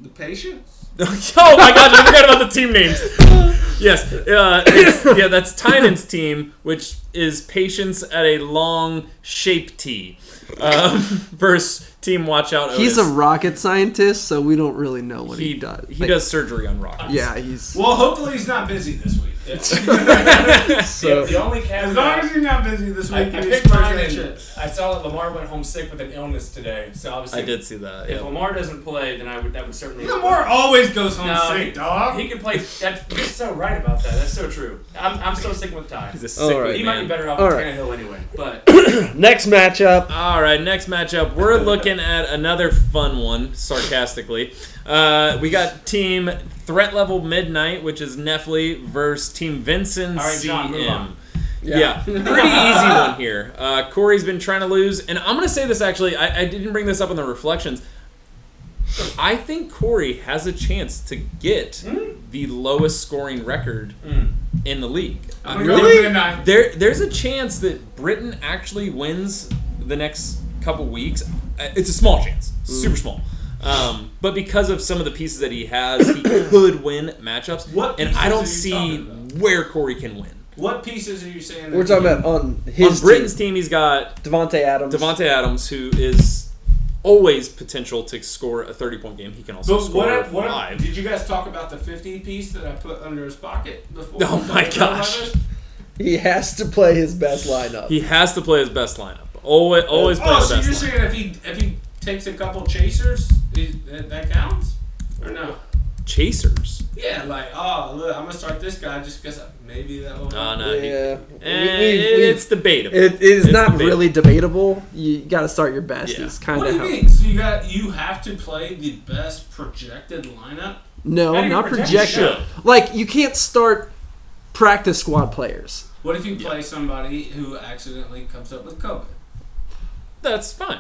the patience.
[laughs] oh my god, I forgot about the team names. Yes, uh, it's- yeah, that's Tynan's team, which is patience at a long shape T, um, [laughs] versus team watch out. Otis.
he's a rocket scientist, so we don't really know what he, does.
He
Like,
does surgery on rockets.
Yeah, he's
Well, hopefully he's not busy this week.
so.
the only
[laughs] As long
caveat.
as you're not busy this
I, I
week, you
picked mine,
that
and
shit.
I saw that Lamar went home sick with an illness today. So obviously,
I did see that.
If
Yeah.
Lamar doesn't play, then I would. That would certainly.
Lamar always goes home
No,
sick,
he-
dog.
He can play. That's, you're so right about that. That's so true. I'm, I'm still sticking with Ty.
He's a
All
sick
right.
He might
man.
be better off
All
with
right.
Tannehill anyway. But
Next matchup.
All right, next matchup. We're looking at another fun one, sarcastically. Uh, we got team Threat Level Midnight, which is Nefli, versus team Vincent
All right, John, move
CM.
on.
Yeah. pretty easy one here. Uh, Corey's been trying to lose, and I'm gonna say this actually. I, I didn't bring this up in the reflections. I think Corey has a chance to get
Hmm?
the lowest scoring record in the league.
I'm
I-
gonna go
Really?
midnight.
there, there's a chance that Britain actually wins the next couple weeks. Uh, It's a small chance,
Mm.
super small. Um, but because of some of the pieces that he has,
[coughs]
he could win matchups.
What
and I
pieces are
don't
you
see
talking about?
where Corey can win.
What pieces are you saying?
We're
that
talking
you-
about on his
On Britain's team, he's got
Devonte Adams.
Devonte Adams, who is always potential to score a thirty-point game. He can also
But
score
what, if- what if-
five.
did you guys talk about the 50 piece that I put under his pocket before?
Oh my gosh.
He has to play his best lineup.
he has to play his best lineup. Always, always play
Oh,
his
so you're
best. lineup.
saying if he if he takes a couple chasers, is, that, that counts or no?
Chasers.
Yeah, like oh look, I'm gonna start this guy just because maybe that will.
No, no. he-
yeah. We-
eh,
we-
it-
we-
it's debatable.
It is
It's
not
debatable.
really debatable. You got to start your best.
Yeah.
Is kind
what do
of
you
how.
mean? So you got you have to play the best projected lineup.
No,
How do you
not
project
projected.
shit?
Like you can't start practice squad players.
What if you play somebody who accidentally comes up with COVID?
That's fine.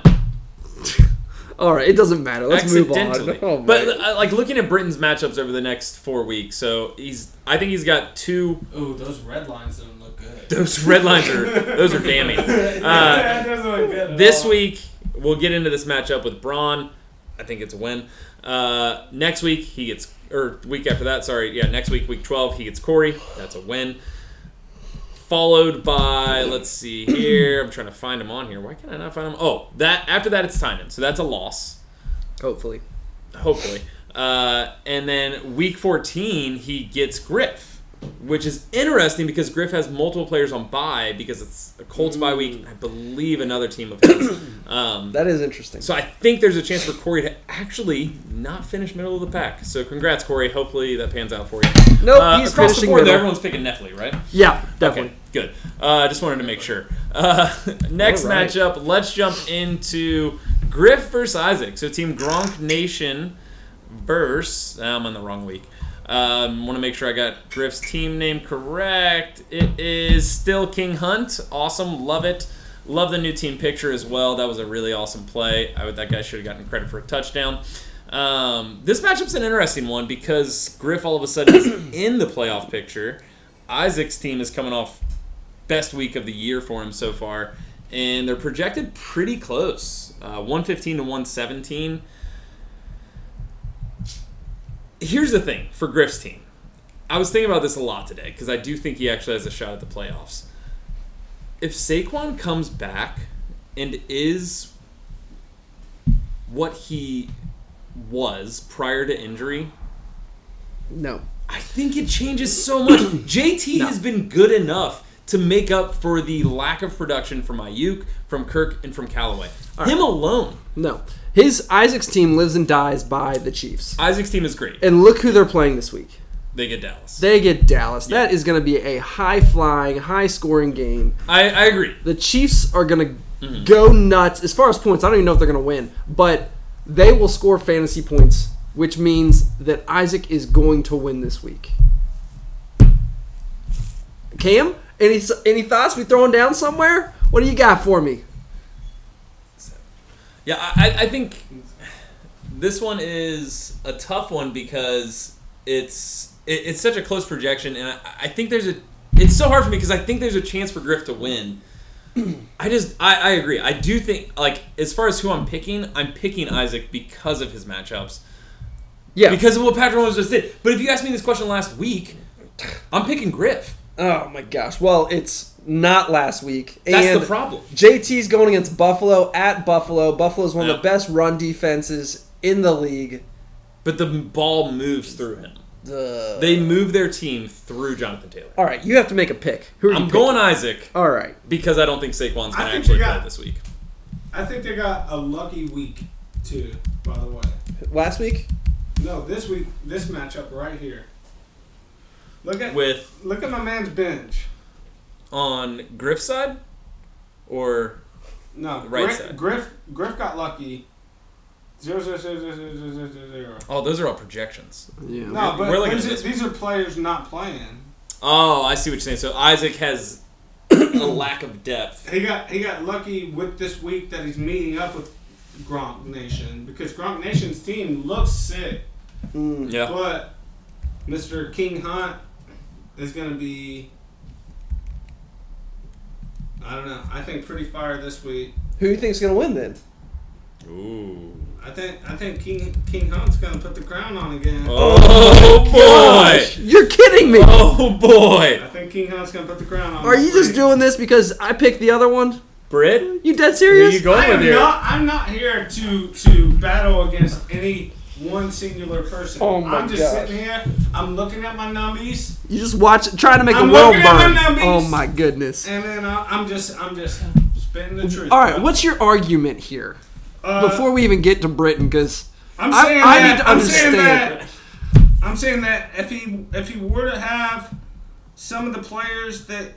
All right, it doesn't matter. Let's move on.
Accidentally.
[laughs] Oh,
but
man.
uh, like looking at Britain's matchups over the next four weeks, so he's. I think he's got two.
Ooh, those red lines don't look good.
Those red lines are. Those are damning.
[laughs]
Uh,
that doesn't look good. at
This
all.
week, we'll get into this matchup with Braun. I think it's a win. Uh, next week, he gets, or week after that, sorry. Yeah, next week, week 12, he gets Corey. That's a win. Followed by, let's see here. I'm trying to find him on here. Why can I not find him? Oh, that after that, it's Tynan. So that's a loss,
hopefully,
hopefully. Uh, and then week 14, he gets Griff. which is interesting because Griff has multiple players on bye because it's a Colts bye week.
Mm.
and I believe another team of
[coughs]
his. um,
That is interesting.
so I think there's a chance for Corey to actually not finish middle of the pack. So congrats, Corey. Hopefully that pans out for you.
nope,
Uh,
he's
across the
finishing
board, though,
middle.
everyone's picking Nepley, right?
Yeah, definitely.
Okay, good. Uh, just wanted to make sure. Uh, [laughs] next
All right.
matchup, let's jump into Griff versus Isaac. So Team Gronk Nation versus. ah, I'm on the wrong week. Um, Want to make sure I got Griff's team name correct. It is still King Hunt. Awesome, love it. Love the new team picture as well. That was a really awesome play. I would, that guy should have gotten credit for a touchdown. Um, this matchup's an interesting one because Griff all of a sudden
[coughs]
is in the playoff picture. Isaac's team is coming off best week of the year for him so far, and they're projected pretty close, uh, one fifteen to one seventeen. Here's the thing for Griff's team. I was thinking about this a lot today because I do think he actually has a shot at the playoffs. If Saquon comes back and is what he was prior to injury,
No.
I think it changes so much. JT has been good enough to make up for the lack of production from Ayuk, from Kirk, and from Callaway. Him alone.
No. His Isaac's team lives and dies by the Chiefs.
Isaac's team is great.
And look who they're playing this week.
They get Dallas.
They get Dallas. That is going to be a high flying, high scoring game.
I, I agree.
The Chiefs are going to
Mm-hmm.
go nuts as far as points. I don't even know if they're going to win, but they will score fantasy points, which means that Isaac is going to win this week. Cam, any any thoughts we throwing down somewhere? What do you got for me?
Yeah, I, I- I think this one is a tough one because it's it, it's such a close projection, and I, I think there's a it's so hard for me because I think there's a chance for Griff to win. I just I, I agree. I do think like as far as who I'm picking, I'm picking Isaac because of his matchups.
Yeah.
Because of what Patrick Mahomes just did. But if you asked me this question last week, I'm picking Griff.
oh my gosh. Well, it's not last week.
That's
and
the problem.
JT's going against Buffalo at Buffalo. Buffalo's one of
Yeah.
the best run defenses in the league.
But the ball moves through him.
The
They move their team through Jonathan Taylor.
All right, you have to make a pick. Who are you
I'm
picking?
going Isaac.
All right.
because I don't think Saquon's
I
going to
think
actually
they
play
got-
this week.
I think they got a lucky week too. By the way,
Last week,
no, this week, this matchup right here. Look at
With
look at my man's bench.
on Griff's side, or
No,
Right
Griff,
side.
Griff Griff got lucky. Zero zero zero zero zero zero zero. zero.
oh, those are all projections.
yeah.
No,
We're
but
looking at
these are,
this
these are players not playing.
Oh, I see what you're saying. So Isaac has a [coughs] lack of depth.
He got he got lucky with this week that he's meeting up with Gronk Nation because Gronk Nation's team looks sick,
Yeah,
but Mr. King Hunt is gonna be. I don't know. I think pretty fire this week.
Who do you think's gonna win then?
I think I think King King Hunt's gonna put the crown on again.
Oh boy!
Gosh, you're kidding me.
Oh boy!
I think King Hunt's gonna put the crown on.
Are you
this
just doing this because I picked the other one?
Brit,
You dead
where
serious?
you going
I
with
am
here?
not. I'm not here to to battle against any one singular person.
Oh my
I'm just
gosh.
sitting here. I'm looking at my nummies,
You just watch, trying to make
I'm
the world
looking at
burn.
my nummies.
Oh my goodness.
and then I, I'm just I'm just spitting the truth.
All right, what's your argument here?
Uh,
Before we even get to Britain, because
I'm
I-
saying
I
that,
need to
I'm saying
understand.
that. I'm saying that if he if he were to have some of the players that.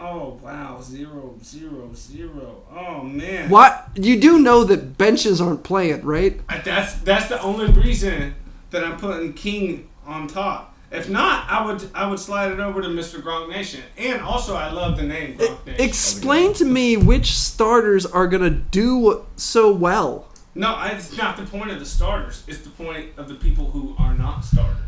Oh wow! Zero, zero, zero. Oh man!
what you do know that benches aren't playing, right?
I- That's that's the only reason that I'm putting King on top. If not, I would I would slide it over to Mr. Gronk Nation. And also, I love the name Gronk Nation.
E- Explain to me which starters are gonna do so well.
no, I- it's not the point of the starters. It's the point of the people who are not starters.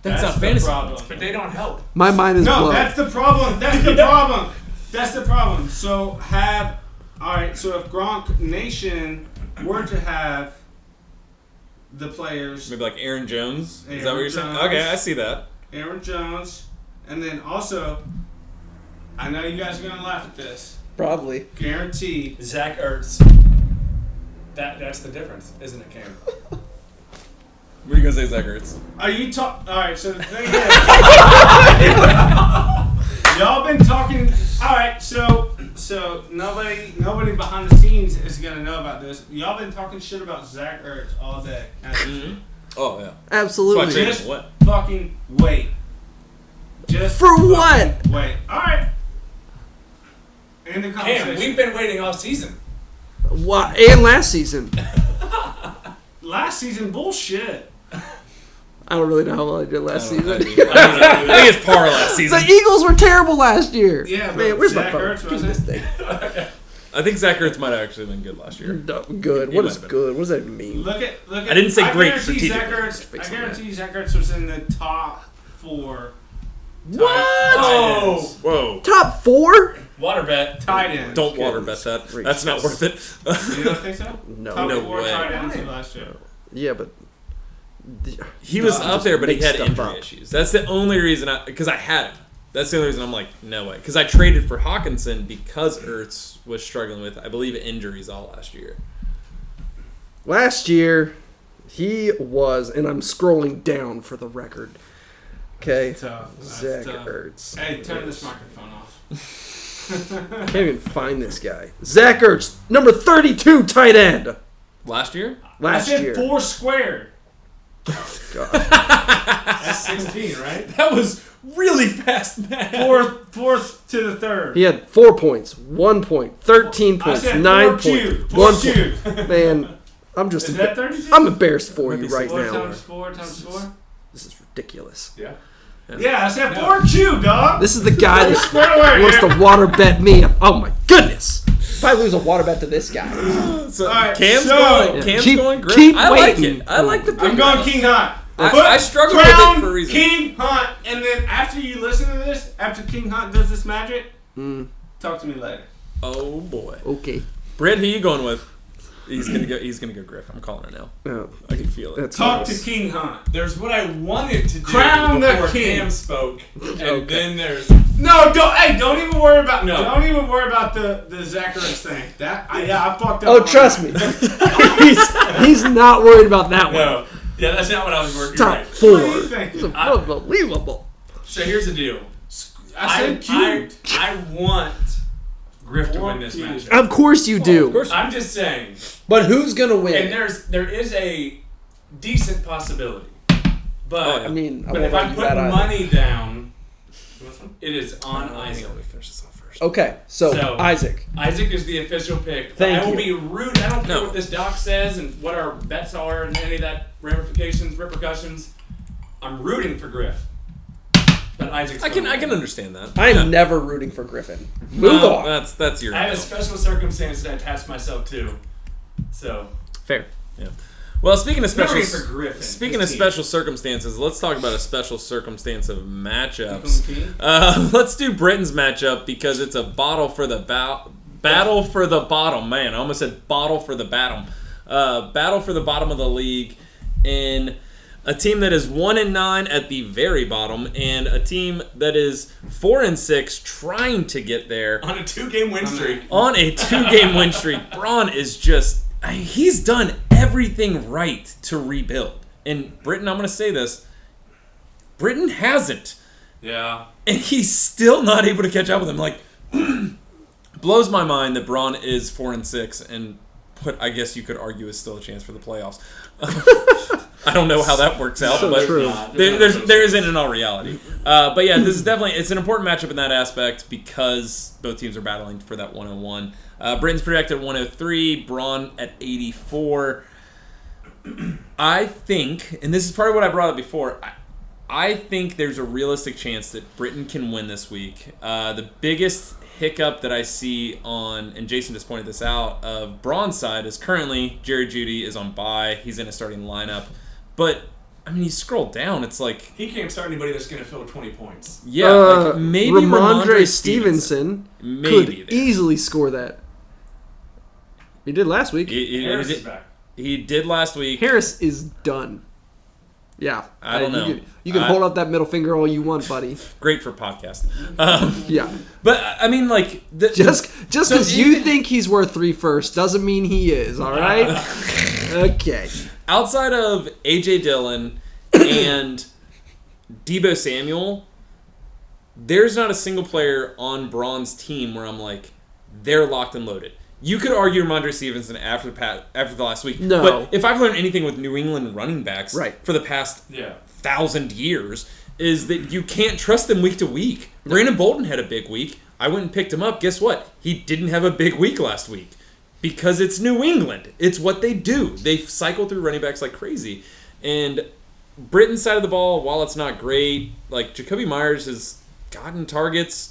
That's not fantasy
the problem.
But they don't help.
My mind is
No,
blown.
that's the problem. That's the problem. That's the problem. So have all right. So if Gronk Nation were to have the players
Maybe like Aaron Jones. Is that
Aaron
what you're saying?
Jones.
Okay, I see that.
Aaron Jones, and then also, I know you guys are gonna laugh at this.
Probably.
[laughs]
Guaranteed.
Zach Ertz. That that's the difference, isn't it, Cam?
What are you gonna say, Zacherts?
Are you talk? All right. So the thing is, y'all been talking. All right. So so nobody nobody behind the scenes is gonna know about this. Y'all been talking shit about Zach Ertz all day.
Oh yeah.
Absolutely.
That's
Just
what?
fucking wait. Just
For
fucking
what?
Wait. All right. End the conversation.
Damn, we've been waiting all season.
Why, and last season.
Last season bullshit.
I don't really know how well I did last
Oh,
season.
I think it's par last season.
The Eagles were terrible last year.
Yeah, but
man, where's my
Zach
phone?
Ertz
Give
was
me
it?
this thing.
I think Zacherts might have actually been good last year.
No, good.
He
What
might
is
have been.
good? What does that mean?
Look at look at.
didn't say great
guarantee Zach
strategically.
Ertz, I
Fixing
guarantee Zach Ertz was in the top four
What?
Oh,
Whoa.
Top four?
water bet.
tight ends.
Don't water bet that. That's not worth it. [laughs]
You don't think so?
No.
Top
No
four
way.
tight ends of last year.
Yeah, but
he was
Nah,
up
just
there, but he
make
had
stuff
injury
up.
issues. That's the only reason I because I had him. That's the only reason I'm like no way because I traded for Hawkinson because Ertz was struggling with I believe injuries all last year.
last year he was, and I'm scrolling down for the record. Okay,
Tough. That's
Zach
tough.
Ertz.
Hey, turn this microphone off.
Can't even find this guy. Zach Ertz, number 32 tight end
Last year,
last
I said
year.
four squared.
God.
That's
[laughs]
sixteen, right?
that was really fast. Matt.
Fourth, fourth to the third.
He had four points, one point, 13
I
points,
said
nine
four cubed,
points,
four
one point.
cubed.
Man, I'm just.
Is that thirty-two?
I'm embarrassed for you
Maybe
right
four
now.
times four times four.
This is ridiculous.
Yeah.
Yeah, I said four cubed, dog.
This is the guy
[laughs]
that
Square away.
wants to water bet me. Oh my goodness! If I lose a water bet to this guy,
So,
right,
Cam's
so-
going. Cam's
Keep-
going great.
keep
I like
waiting.
it. I like the.
I'm going King Hunt.
I-
Foot,
I struggle with it
crown,
for a reason.
King Hunt, and then after you listen to this, after King Hunt does this magic,
Hmm.
talk to me later.
Oh boy,
okay.
Britt, who you going with? He's gonna go. He's gonna go Griff. I'm calling it now.
No,
I can feel it.
that's
Talk
nice.
to King Hunt.
There's what I wanted to do
Crown the
before
king.
Cam spoke, and
Okay.
then there's
No, don't. Hey, don't even worry about.
No.
Don't even worry about the the Zachary's thing. That I, yeah, I fucked up.
Oh,
on
trust
that.
me, [laughs] he's he's not worried about that one.
no. Yeah, that's not what I was working.
Top
Right.
four.
What do you think?
This is unbelievable.
So here's the deal.
I
I,
said cubed.
I want Griff to win this
Cubed.
match.
Of course
Oh,
you do.
Of course.
I'm just saying,
But who's gonna
and
win?
there's there is a decent possibility,
Oh,
but
yeah.
I mean, I
but if
won't
I
do
put
that either.
money down, it is on
I think
Isaac.
let me finish this off first.
Okay, so,
So-
Isaac,
Isaac is the official pick. but
Thank
I will
you.
be rude. I don't care
No.
what this doc says and what our bets are and any of that ramifications, repercussions. I'm rooting for Griff, but Isaac's.
I can.
gonna
I can
win.
understand that.
I'm
Yeah. Uh,
never rooting for Griffin. Move
No,
on.
That's that's your.
I have a
deal.
special circumstance that I attached myself to, so
Fair.
Yeah. Well, speaking of
I'm
special,
rooting for Griffin.
speaking of
his team.
special circumstances, let's talk about a special circumstance of matchups.
King King.
Uh, [laughs] let's do Britain's matchup because it's a bottle for the bow- battle for the bottom. Man, I almost said bottle for the bottom. Uh, battle for the bottom of the league in a team that is one and nine at the very bottom, and a team that is four and six trying to get there
on a two-game win streak.
on a two-game win streak. Braun is just I mean, he's done everything right to rebuild. And Britain, I'm going to say this, Britain hasn't,
Yeah.
and he's still not able to catch up with him. Like [clears throat] blows my mind that Braun is four and six, and what I guess you could argue is still a chance for the playoffs. [laughs] I don't know how that works out,
So
but
true.
there, there's there isn't in all reality. Uh, but yeah, this is definitely it's an important matchup in that aspect because both teams are battling for that 101. Uh, Britain's projected 103, Braun at 84. [clears throat] I think, and this is part of what I brought up before. I, I think there's a realistic chance that Britain can win this week. Uh, the biggest hiccup that I see on, and Jason just pointed this out, of Braun's side is currently Jerry Judy is on bye. He's in a starting lineup. But, I mean, you scroll down, it's like,
He can't start anybody that's going to fill 20 points.
yeah,
uh,
like maybe
Ramondre,
Ramondre Stevenson.
Stevenson,
Maybe
could
there.
easily score that. He did last week.
He, he- he
Harris is
did,
back.
he did last week.
Harris is done. Yeah,
I don't
you
know.
can- you can
I-
hold up that middle finger all you want, buddy.
Great for podcast. Um,
Yeah, [laughs]
but, I mean, like, the,
just just
So
because
you
you
can- Uh, [laughs]
think he's worth three first doesn't mean he is. All right. okay.
outside of AJ Dillon and Debo Samuel, there's not a single player on Braun's team where I'm like, they're locked and loaded. You could argue Ramondre Stevenson after the past, after the last week.
No.
But if I've learned anything with New England running backs
Right.
for the past
Yeah.
thousand years is that you can't trust them week to week. Brandon Bolden had a big week. I went and picked him up. Guess what? He didn't have a big week last week because it's New England. It's what they do. They cycle through running backs like crazy. And Britain's side of the ball, while it's not great, like Jacoby Myers has gotten targets.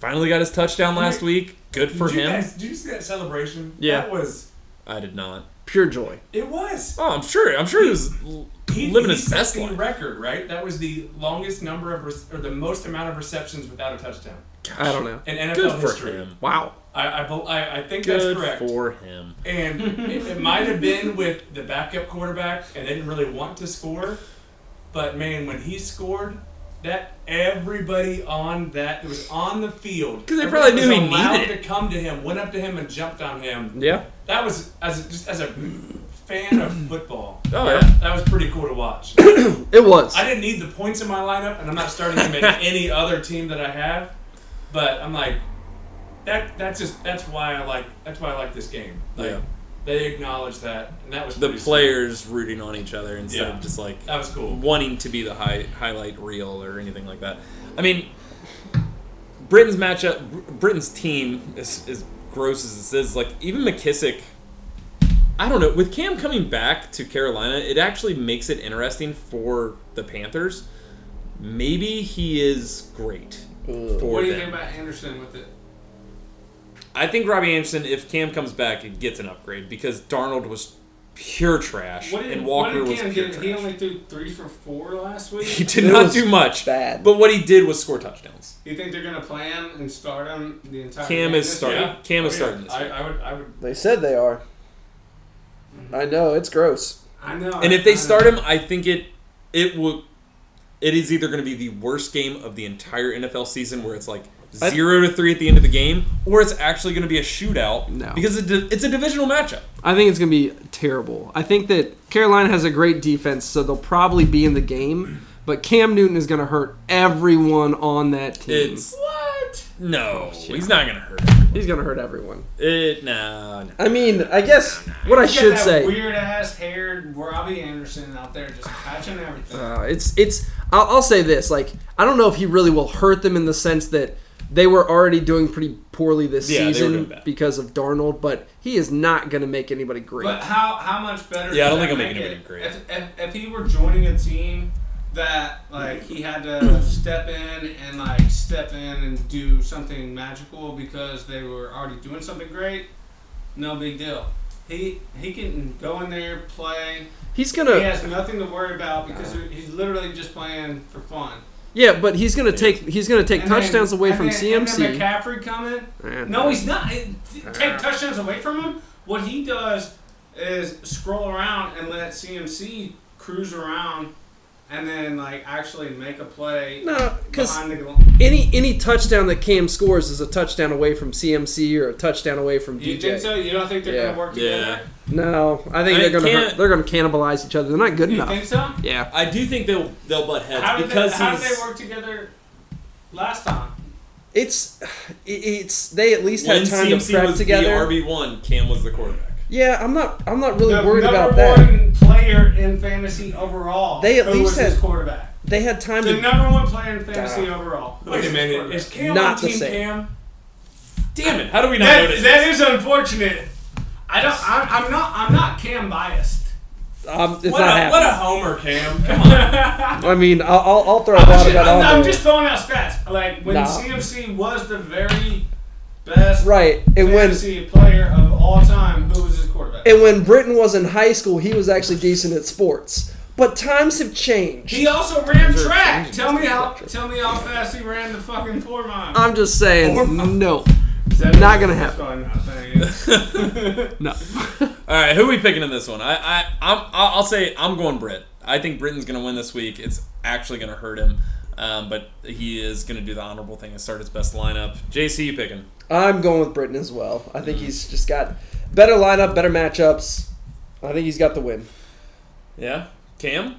Finally got his touchdown last week. Good for
did You
him.
guys, did you see that celebration?
Yeah.
That was.
I did not.
Pure joy.
It was.
Oh, I'm sure. I'm sure he was l- living his
set
best
the
life.
record, right? That was the longest number of rec- or the most amount of receptions without a touchdown
I don't know.
in NFL
Good for
history.
him.
Wow.
I, I, bel- I, I think
Good
that's correct.
for him.
and it, it might have been with the backup quarterback, and they didn't really want to score. But man, when he scored, that everybody on that that was on the field
'Cause they probably
everybody
knew he
was allowed
needed
to come to him, went up to him and jumped on him.
Yeah.
That was as a, just as a fan of football.
Oh yeah.
That was pretty cool to watch.
It was.
I didn't need the points in my lineup, and I'm not starting
[laughs]
him in any other team that I have. But I'm like, that that's just that's why I like that's why I like this game. Like,
Yeah.
They acknowledge that, and that was
the
pretty sweet.
players rooting on each other instead
Yeah.
of just like
That was cool.
wanting to be the high, highlight reel or anything like that. I mean, Britain's matchup, Br- Britain's team, as, as gross as this is, like even McKissick. I don't know. With Cam coming back to Carolina, it actually makes it interesting for the Panthers. Maybe he is great for
What do you
them.
think about Anderson with it?
I think Robbie Anderson, if Cam comes back, it gets an upgrade because Darnold was pure trash
What did,
and
what
Walker
did
was
Cam
pure
get?
trash.
He only threw three for four last
[laughs]
[laughs]
week.
He did
It
not
was
do much.
bad.
But what he did was score touchdowns.
You think they're gonna play him and start him the entire?
Cam
game
is
this
starting.
year?
Cam is
Oh, yeah.
starting this
I,
week.
I would I would
They said they are. I know it's gross.
I know.
And
I-
if they
I
start
know.
him, I think it it will it is either going to be the worst game of the entire NFL season, where it's like
I-
zero to three at the end of the game, or it's actually going to be a shootout
No.
because it, it's a divisional matchup.
I think it's going to be terrible. I think that Carolina has a great defense, so they'll probably be in the game. But Cam Newton is going to hurt everyone on that team.
It's what? No, he's not going to hurt. him.
He's going to hurt everyone.
It no, no.
I mean, I guess what I
You got
should
that
say.
Weird ass haired Robbie Anderson out there just catching everything.
Uh, it's it's. I'll, I'll say this: like, I don't know if he really will hurt them in the sense that they were already doing pretty poorly this
Yeah, they were doing
season
bad.
because of Darnold, but he is not going to make anybody great.
But how how much better?
Yeah, I
does
don't
that
think it'll make
it?
anybody great.
If, if, if he were joining a team that like he had to step in and like step in and do something magical because they were already doing something great, no big deal. He he can go in there play.
he's
He
gonna,
has nothing to worry about because he's literally just playing for fun.
yeah, but he's gonna take he's gonna take
And then-
touchdowns away
and
from
then- and
CMC.
then McCaffrey coming.
Eh,
No, he's not. It- Take touchdowns away from him. What he does is scroll around and let CMC cruise around, and then like actually make a play
no, because
behind the goal.
any any touchdown that Cam scores is a touchdown away from CMC or a touchdown away from
You
DJ.
think so? You don't think they're
Yeah.
gonna work
Yeah.
together?
No, I think
I
they're
mean,
gonna
Cam-
hurt, they're gonna cannibalize each other. They're not good
You
enough.
think so?
Yeah,
I do think they'll they'll butt heads
How did,
because
they, how did
he's.
they work together last time?
it's it's they at least
When
had time
CMC
to prep
was
together.
the RB one, Cam was the quarterback.
Yeah, I'm not. I'm not really
the
worried
number
about that.
one player in fantasy overall.
They at
who
least
was his
had-
quarterback.
They had time
The
to.
number one player in fantasy overall. who
wait
was
a
his
minute.
quarterback?
Is Cam
Not
on
the
Team
same.
Cam?
Damn it! How do we not
That,
notice?
that is unfortunate. I don't. I'm, I'm not. I'm not Cam biased.
Um, it's
What
not
a, what
happening.
a homer,
[laughs]
Cam! Come on.
I'm,
I mean, I'll, I'll, I'll throw a lot of
just,
that
I'm,
on
I'm
there.
just throwing out stats. Like when
Nah.
CMC was the very best
right. And when
fantasy player of all time, who was his quarterback?
and when Britain was in high school, he was actually decent at sports. But times have changed.
he also ran
Those are
track.
changing
Tell me
this
how.
structure.
Tell me how fast he ran the fucking four mile.
I'm just saying, no,
That
not
is
gonna
what's going on.
no.
All right, who are we picking in this one? I, I, I'm, I'll I'll say I'm going Brit. I think Britain's going to win this week. It's actually going to hurt him, um, but he is going to do the honorable thing and start his best lineup. JC, you picking?
I'm going with Britain as well. I think he's just got better lineup, better matchups. I think he's got the win.
Yeah. Cam?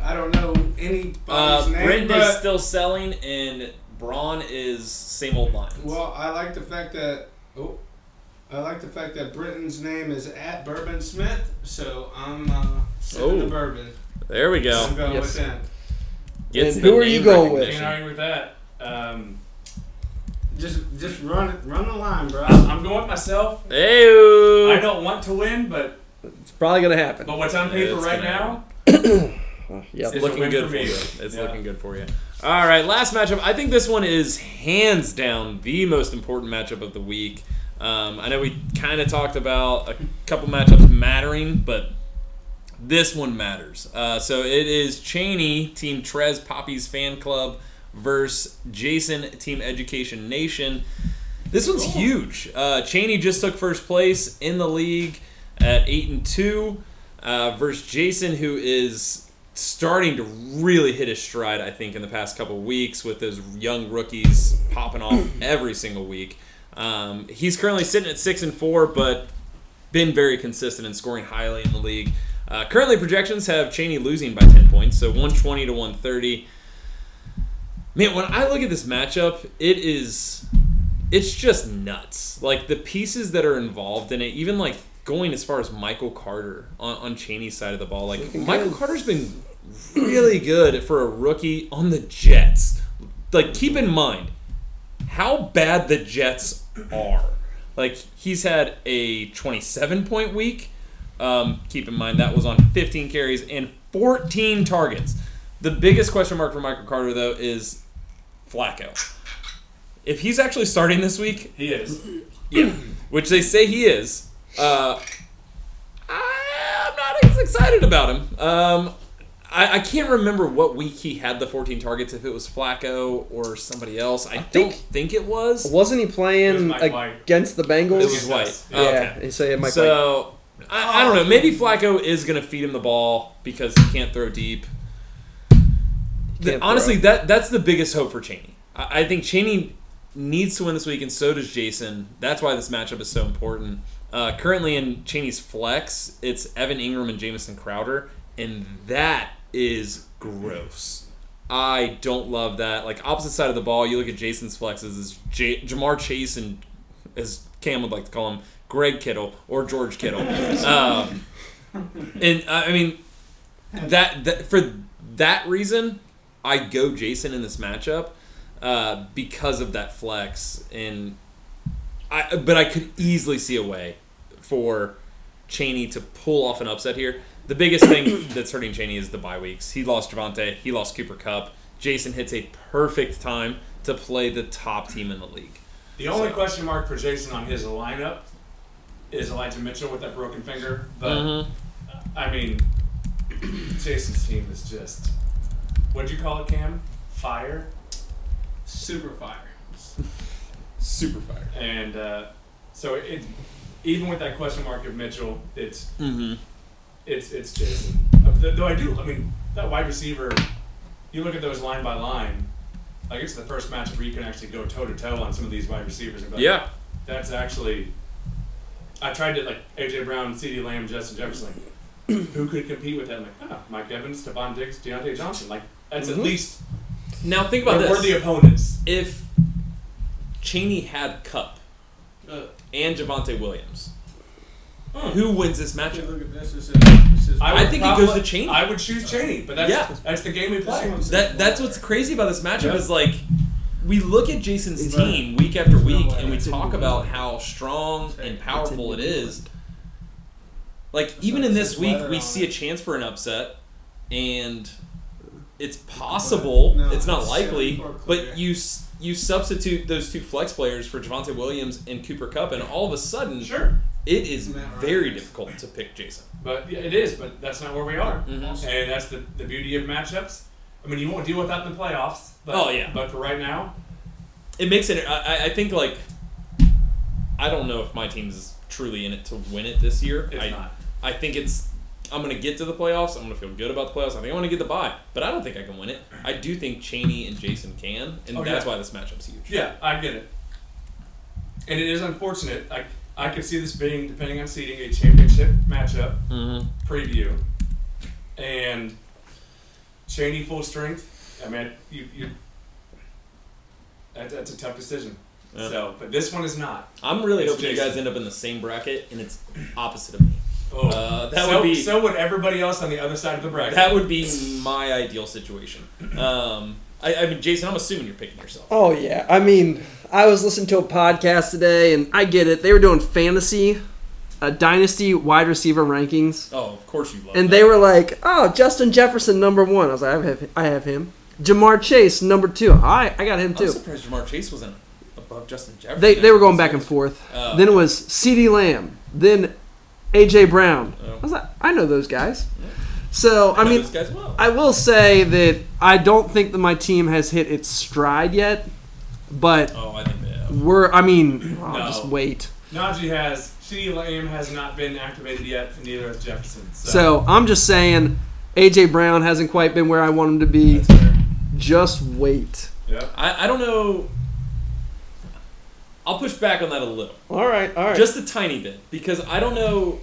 I don't know anybody's
Uh,
name,
Britt
but
is still selling, and Braun is same old lines.
well, I like the fact that oh, I like the fact that Britain's name is at Bourbon Smith, so I'm uh, sipping
Oh.
the bourbon.
there we
I'm
go.
going
Yes.
with them.
Gets
And
the
who are
name
you going with?
Can't
recognition.
argue with that. Um,
Just just run run the line, bro.
I- I'm going with myself. I
Ayo.
don't want to win, but
It's probably gonna happen.
but what's on paper
It's
right
gonna
now?
Yeah.
It's a
looking
win
good
for
for
me.
you. It's
Yeah.
looking good for you. All right, last matchup. I think this one is hands down the most important matchup of the week. Um, I know we kind of talked about a couple matchups mattering, but this one matters. Uh, so it is Cheney, Team Trez Poppy's Fan Club, versus Jason, Team Education Nation. This one's huge. Uh, Cheney just took first place in the league at eight and two uh, versus Jason, who is starting to really hit his stride. I think in the past couple weeks with those young rookies popping off every single week. Um, he's currently sitting at six and four, but been very consistent in scoring highly in the league. Uh, currently, projections have Cheney losing by 10 points, so 120 to 130. Man, when I look at this matchup, it is. It's just nuts. Like, the pieces that are involved in it, even like going as far as Michael Carter on, on Cheney's side of the ball. Like, Michael Carter's been really good for a rookie on the Jets. Like, keep in mind, how bad the Jets are. Like he's had a 27 point week. Um, keep in mind that was on 15 carries and 14 targets. The biggest question mark for Michael Carter though is Flacco. If he's actually starting this week,
He is.
which they say he is, uh, I, I'm not as excited about him. Um, I, I can't remember what week he had the 14 targets. If it was Flacco or somebody else, I, don't
think-
think it was.
Wasn't he
It was
playing
Mike White.
against the Bengals?
It was White.
Yeah,
Oh, okay.
and so yeah, Mike White.
So I, I don't know. Maybe Flacco is going to feed him the ball because he can't throw deep. The-
can't
honestly,
throw.
that that's the biggest hope for Cheney. I, I think Cheney needs to win this week, and so does Jason. That's why this matchup is so important. Uh, currently in Cheney's flex, it's Evan Ingram and Jamison Crowder, and that is gross. I don't love that. Like opposite side of the ball, you look at Jason's flexes is J- Jamar Chase and as Cam would like to call him, Greg Kittle or George Kittle. um, and uh, I mean that, that for that reason, I go Jason in this matchup uh, because of that flex, and I but I could easily see a way for Cheney to pull off an upset here. The biggest thing [coughs] that's hurting Cheney is the bye weeks. He lost Javante, he lost Cooper Cup. Jason hits a perfect time to play the top team in the league.
The only question mark for Jason on his lineup is Elijah Mitchell with that broken finger. But
Mm-hmm.
Mm-hmm.
I mean, [clears throat] Jason's team is just what'd you call it, Cam? Fire.
Super fire.
Super fire.
And uh, so it, even with that question mark of Mitchell, it's
Mm-hmm.
it's it's Jason. Uh, th- Though I do, I mean, that wide receiver. You look at those line by line. Like it's the first match where you can actually go toe to toe on some of these wide receivers. And be like,
Yeah.
that's actually. I tried to like AJ Brown, CD Lamb, Justin Jefferson. Like, [clears throat] who could compete with that? I'm like, oh, Mike Evans, Stephon Diggs, Deontay Johnson. Like, that's at least
Now Mm-hmm. think about
we're,
this.
we're the opponents.
if Cheney had Cup and Javante Williams, Uh, who wins this
Hey,
matchup?
look at this. This is, this is
I
Hmm. would
think it goes
probably-
to Cheney.
I would choose Cheney, but that's
Yeah.
that's the game we
this
play.
one's-
That that's what's crazy about this matchup
Yeah.
is like we look at Jason's
Right.
team week after week
way.
and we
It's
talk about how strong and powerful it is. Like even
why
in
it
this
says
week
weather
we
on
see a
it.
chance for an upset and it's possible,
No,
it's not
it's
likely,
seven, four clear.
but you s- you substitute those two flex players for Javante Williams and Cooper Cup and all of a sudden
Sure,
it is
Matt Ryan.
very difficult to pick Jason.
but yeah, it is. But that's not where we are.
Mm-hmm.
Mhm.
And that's the, the beauty of matchups. I mean, you won't deal with that in the playoffs. But,
Oh, yeah.
But for right now,
it makes it. I, I- I think like I don't know if my team's truly in it to win it this year.
it's
I,
not.
I think it's. I'm gonna get to the playoffs. I'm gonna feel good about the playoffs. I think I want to get the bye, but I don't think I can win it. I do think Cheney and Jason can, and
Oh,
that's
yeah.
why this matchup's huge.
Yeah, I get it. And it is unfortunate. I I could see this being, depending on seeding, a championship matchup
Mm-hmm.
preview. and Cheney full strength. I mean, you, you that, that's a tough decision.
Yeah.
So, but this one is not.
I'm really
It's
hoping you
Jason.
guys end up in the same bracket, and it's opposite of me.
Oh,
Uh, that
so,
would be
so would everybody else on the other side of the bracket.
that would be my ideal situation. Um, I, I mean, Jason, I'm assuming you're picking yourself.
Oh yeah, I mean, I was listening to a podcast today, and I get it. They were doing fantasy, uh, dynasty wide receiver rankings,
Oh, of course you love.
and
that.
they were like, "Oh, Justin Jefferson number one." I was like, "I have, I have him." Jamar Chase number two. I, I got him
I'm
too.
surprised Jamar Chase wasn't above Justin Jefferson.
They, they were going back and forth.
Oh.
Then it was C.D. Lamb. Then A.J. Brown.
Oh.
I was like, I know those guys. So I
know
mean,
this guy's well.
I will say that I don't think that my team has hit its stride yet, but
oh, I think they have.
we're. I mean, oh,
No.
just wait.
Najee has CeeDee Lamb has not been activated yet, and neither has Jefferson. So,
So I'm just saying, A.J. Brown hasn't quite been where I want him to be.
that's fair.
Just wait.
Yep.
I, I don't know. I'll push back on that a little,
All right, all right.
just a tiny bit, because I don't know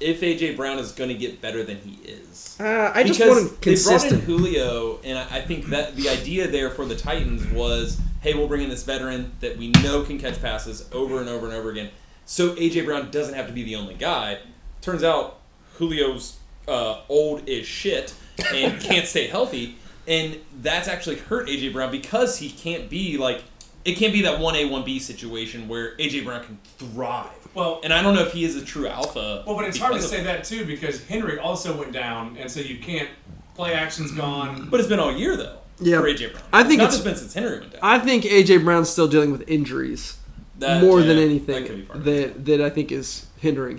if AJ Brown is going to get better than he is.
uh, I just
Because
want him consistent.
They brought in Julio, and I, I think that the idea there for the Titans was, hey, we'll bring in this veteran that we know can catch passes over and over and over again, so AJ Brown doesn't have to be the only guy. Turns out Julio's uh, old as shit and can't stay healthy, and that's actually hurt AJ Brown because he can't be like it can't be that one A one B situation where AJ Brown can thrive.
Well,
And I don't know if he is a true alpha.
Well, but it's hard to
because of
say that too because Henry also went down, and so you can't play action's gone.
Mm-hmm. But it's been all year though.
Yeah.
For AJ Brown.
I think
it's not
it's-
just been since Henry went down.
I think A.J. Brown's still dealing with injuries
That-
more
yeah,
than
That could be
anything
part
that,
of it.
that I think is hindering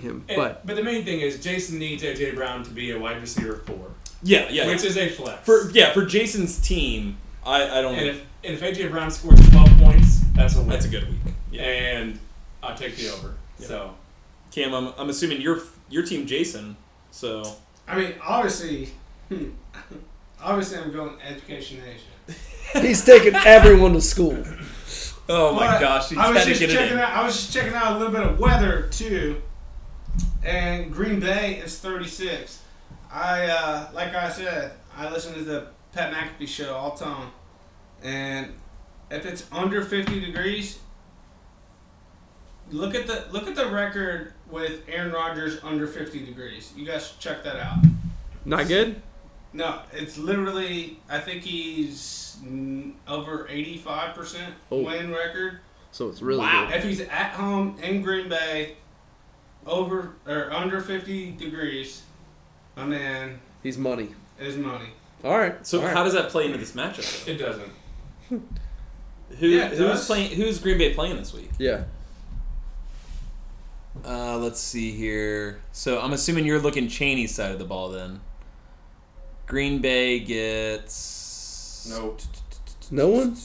[laughs]
him.
And-
But
the main thing is Jason needs AJ Brown to be a wide receiver four,
Yeah, yeah.
which is a flex.
for yeah, for Jason's team, I, I don't
and
know.
if and if AJ Brown scores twelve points, that's a win.
That's a good week. Yeah.
And I'll take the over. So
Cam, I'm, I'm assuming your your team Jason, so
I mean, obviously, [laughs] hmm, obviously, I'm going Education Nation.
[laughs] he's taking everyone to school.
Oh
But I was just checking out. I was just checking out a little bit of weather too. And Green Bay is 36. I uh, like I said, I listen to the Pat McAfee show all the time, and if it's under 50 degrees, look at the look at the record with Aaron Rodgers under 50 degrees. You guys should check that out.
Not good.
No, it's literally. I think he's mm, over 85%
Oh.
win record.
So it's really
Wow.
If he's at home in Green Bay, over or under 50 degrees, my man
good. He's money.
is money.
All right.
So
all right.
how does that play into this matchup?
it doesn't.
though? Who
Yeah, it
who's
does.
playing who's Green Bay playing this week?
yeah.
Uh let's see here. So I'm assuming you're looking Cheney's side of the ball then. Green Bay gets
No.
No one.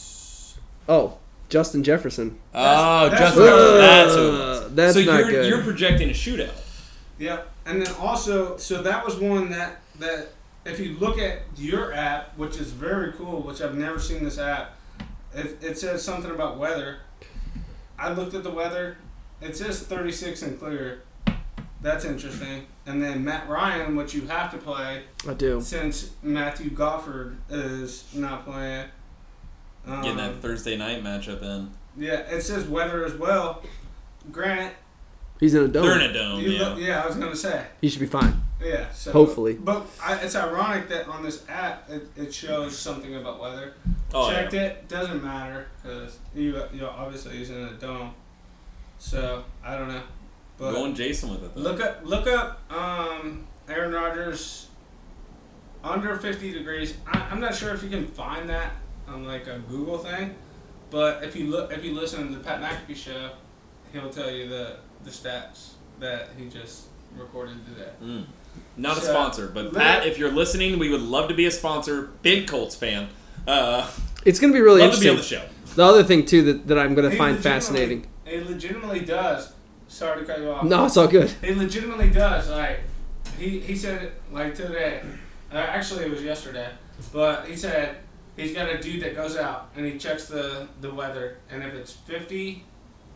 Oh, Justin Jefferson.
Oh,
That's-
Justin,
Uh,
that's who it was.
Uh, that's
so
not
you're,
good.
you're projecting a shootout.
Yep. And then also, so that was one that that if you look at your app, which is very cool, which I've never seen this app, it, it says something about weather. I looked at the weather. It says 36 and clear. That's interesting. And then Matt Ryan, which you have to play
I do.
since Matthew Gofford is not playing. Um,
Getting that Thursday night matchup in.
yeah, it says weather as well. Granted,
He's in a dome.
They're in a dome,
you
Oh, yeah.
look, yeah, I was gonna say.
he should be fine.
Yeah. So,
Hopefully.
But I, it's ironic that on this app it, it shows something about weather.
Oh, yeah.
Checked it. Doesn't matter because you you obviously using a dome. So I don't know. But
Going Jason with it, though.
look up look up um, Aaron Rodgers under 50 degrees. I, I'm not sure if you can find that on like a Google thing, but if you look if you listen to the Pat McAfee show, he'll tell you the the stats that he just recorded today.
Not a
So-
sponsor, but
Look-
Pat, if you're listening, we would love to be a sponsor. Big Colts fan. Uh,
It's going to be really
love to be
interesting.
on the show.
the, other thing too that, that I'm going to
He
find
legitimately-
fascinating.
He legitimately does. Sorry to cut you off.
No, it's all good.
He legitimately does. Like he he said it like today. Uh, actually, it was yesterday. But he said he's got a dude that goes out and he checks the the weather. And if it's fifty,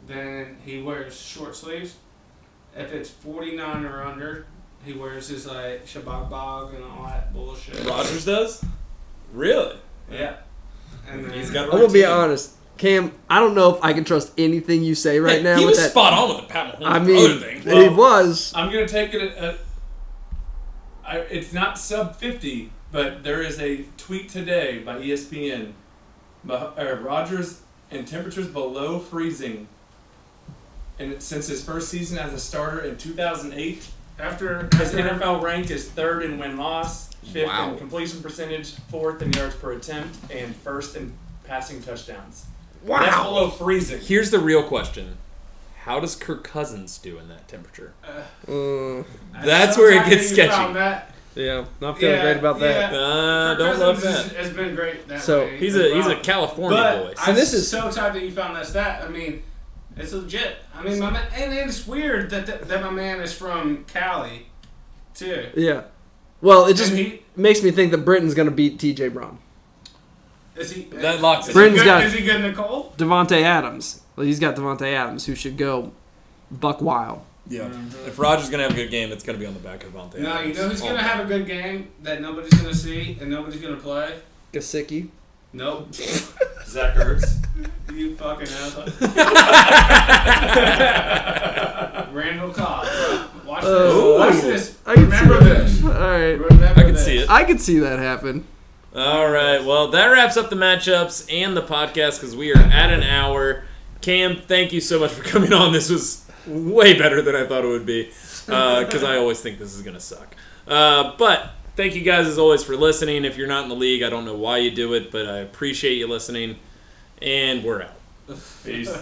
then he wears short sleeves. If it's forty nine or under, He wears his like shabak bog and all that bullshit.
Rogers does. Really?
Yeah. And then
He's got.
I'm gonna be honest, Cam. I don't know if I can trust anything you say right
[laughs]
now.
He
with
was
that.
spot on with the Pat Mahomes
I mean,
thing.
it was.
uh,
I'm gonna take it. At, at, I, it's not sub 50, but there is a tweet today by E ESPN. Mah- uh, Rogers and temperatures below freezing. And it- since his first season as a starter in 2008,
after
his NFL rank is third in win loss, fifth
Wow.
in completion percentage, fourth in yards per attempt, and first in passing touchdowns. That's
Wow.
below freezing.
Here's the real question: How does Kirk Cousins do in that temperature?
Uh,
Mm,
That's where it gets sketchy.
Found that.
yeah, not feeling
Yeah,
great about that.
yeah.
Uh,
Kirk
don't
Cousins
love
has-
that.
Has been great. That
So-
way
He's
as
a he's a
well.
California boy.
But
So
I'm
this is-
so tired that you found that stat. I mean, it's legit. I mean, my man, and it's weird that, that that my man is from Cali, too.
Yeah. Well, it just
And he-
makes me think that Britain's gonna beat T.J. Brown,
Is he?
That locks
is
it.
he
Britain's
good,
got-
Is he good, Nicole?
Devonte Adams. Well, he's got Devonte Adams, who should go buck wild.
Yeah. If Rogers gonna have a good game, it's gonna be on the back of Devontae.
No, you know who's
Oh.
gonna have a good game that nobody's gonna see and nobody's gonna play.
Gasicki.
Nope. [laughs]
Zach Ertz.
You fucking asshole. Randall Cobb. bro. Watch this.
Oh.
Watch this.
I can
Remember
see
this.
All right.
Remember
I can
this.
see it.
I could see that happen.
[laughs] All right. Well, that wraps up the matchups and the podcast because we are at an hour. Cam, thank you so much for coming on. This was way better than I thought it would be because I always think this is going to suck. Uh, but thank you guys as always for listening. If you're not in the league, I don't know why you do it, but I appreciate you listening. And we're out.
Peace.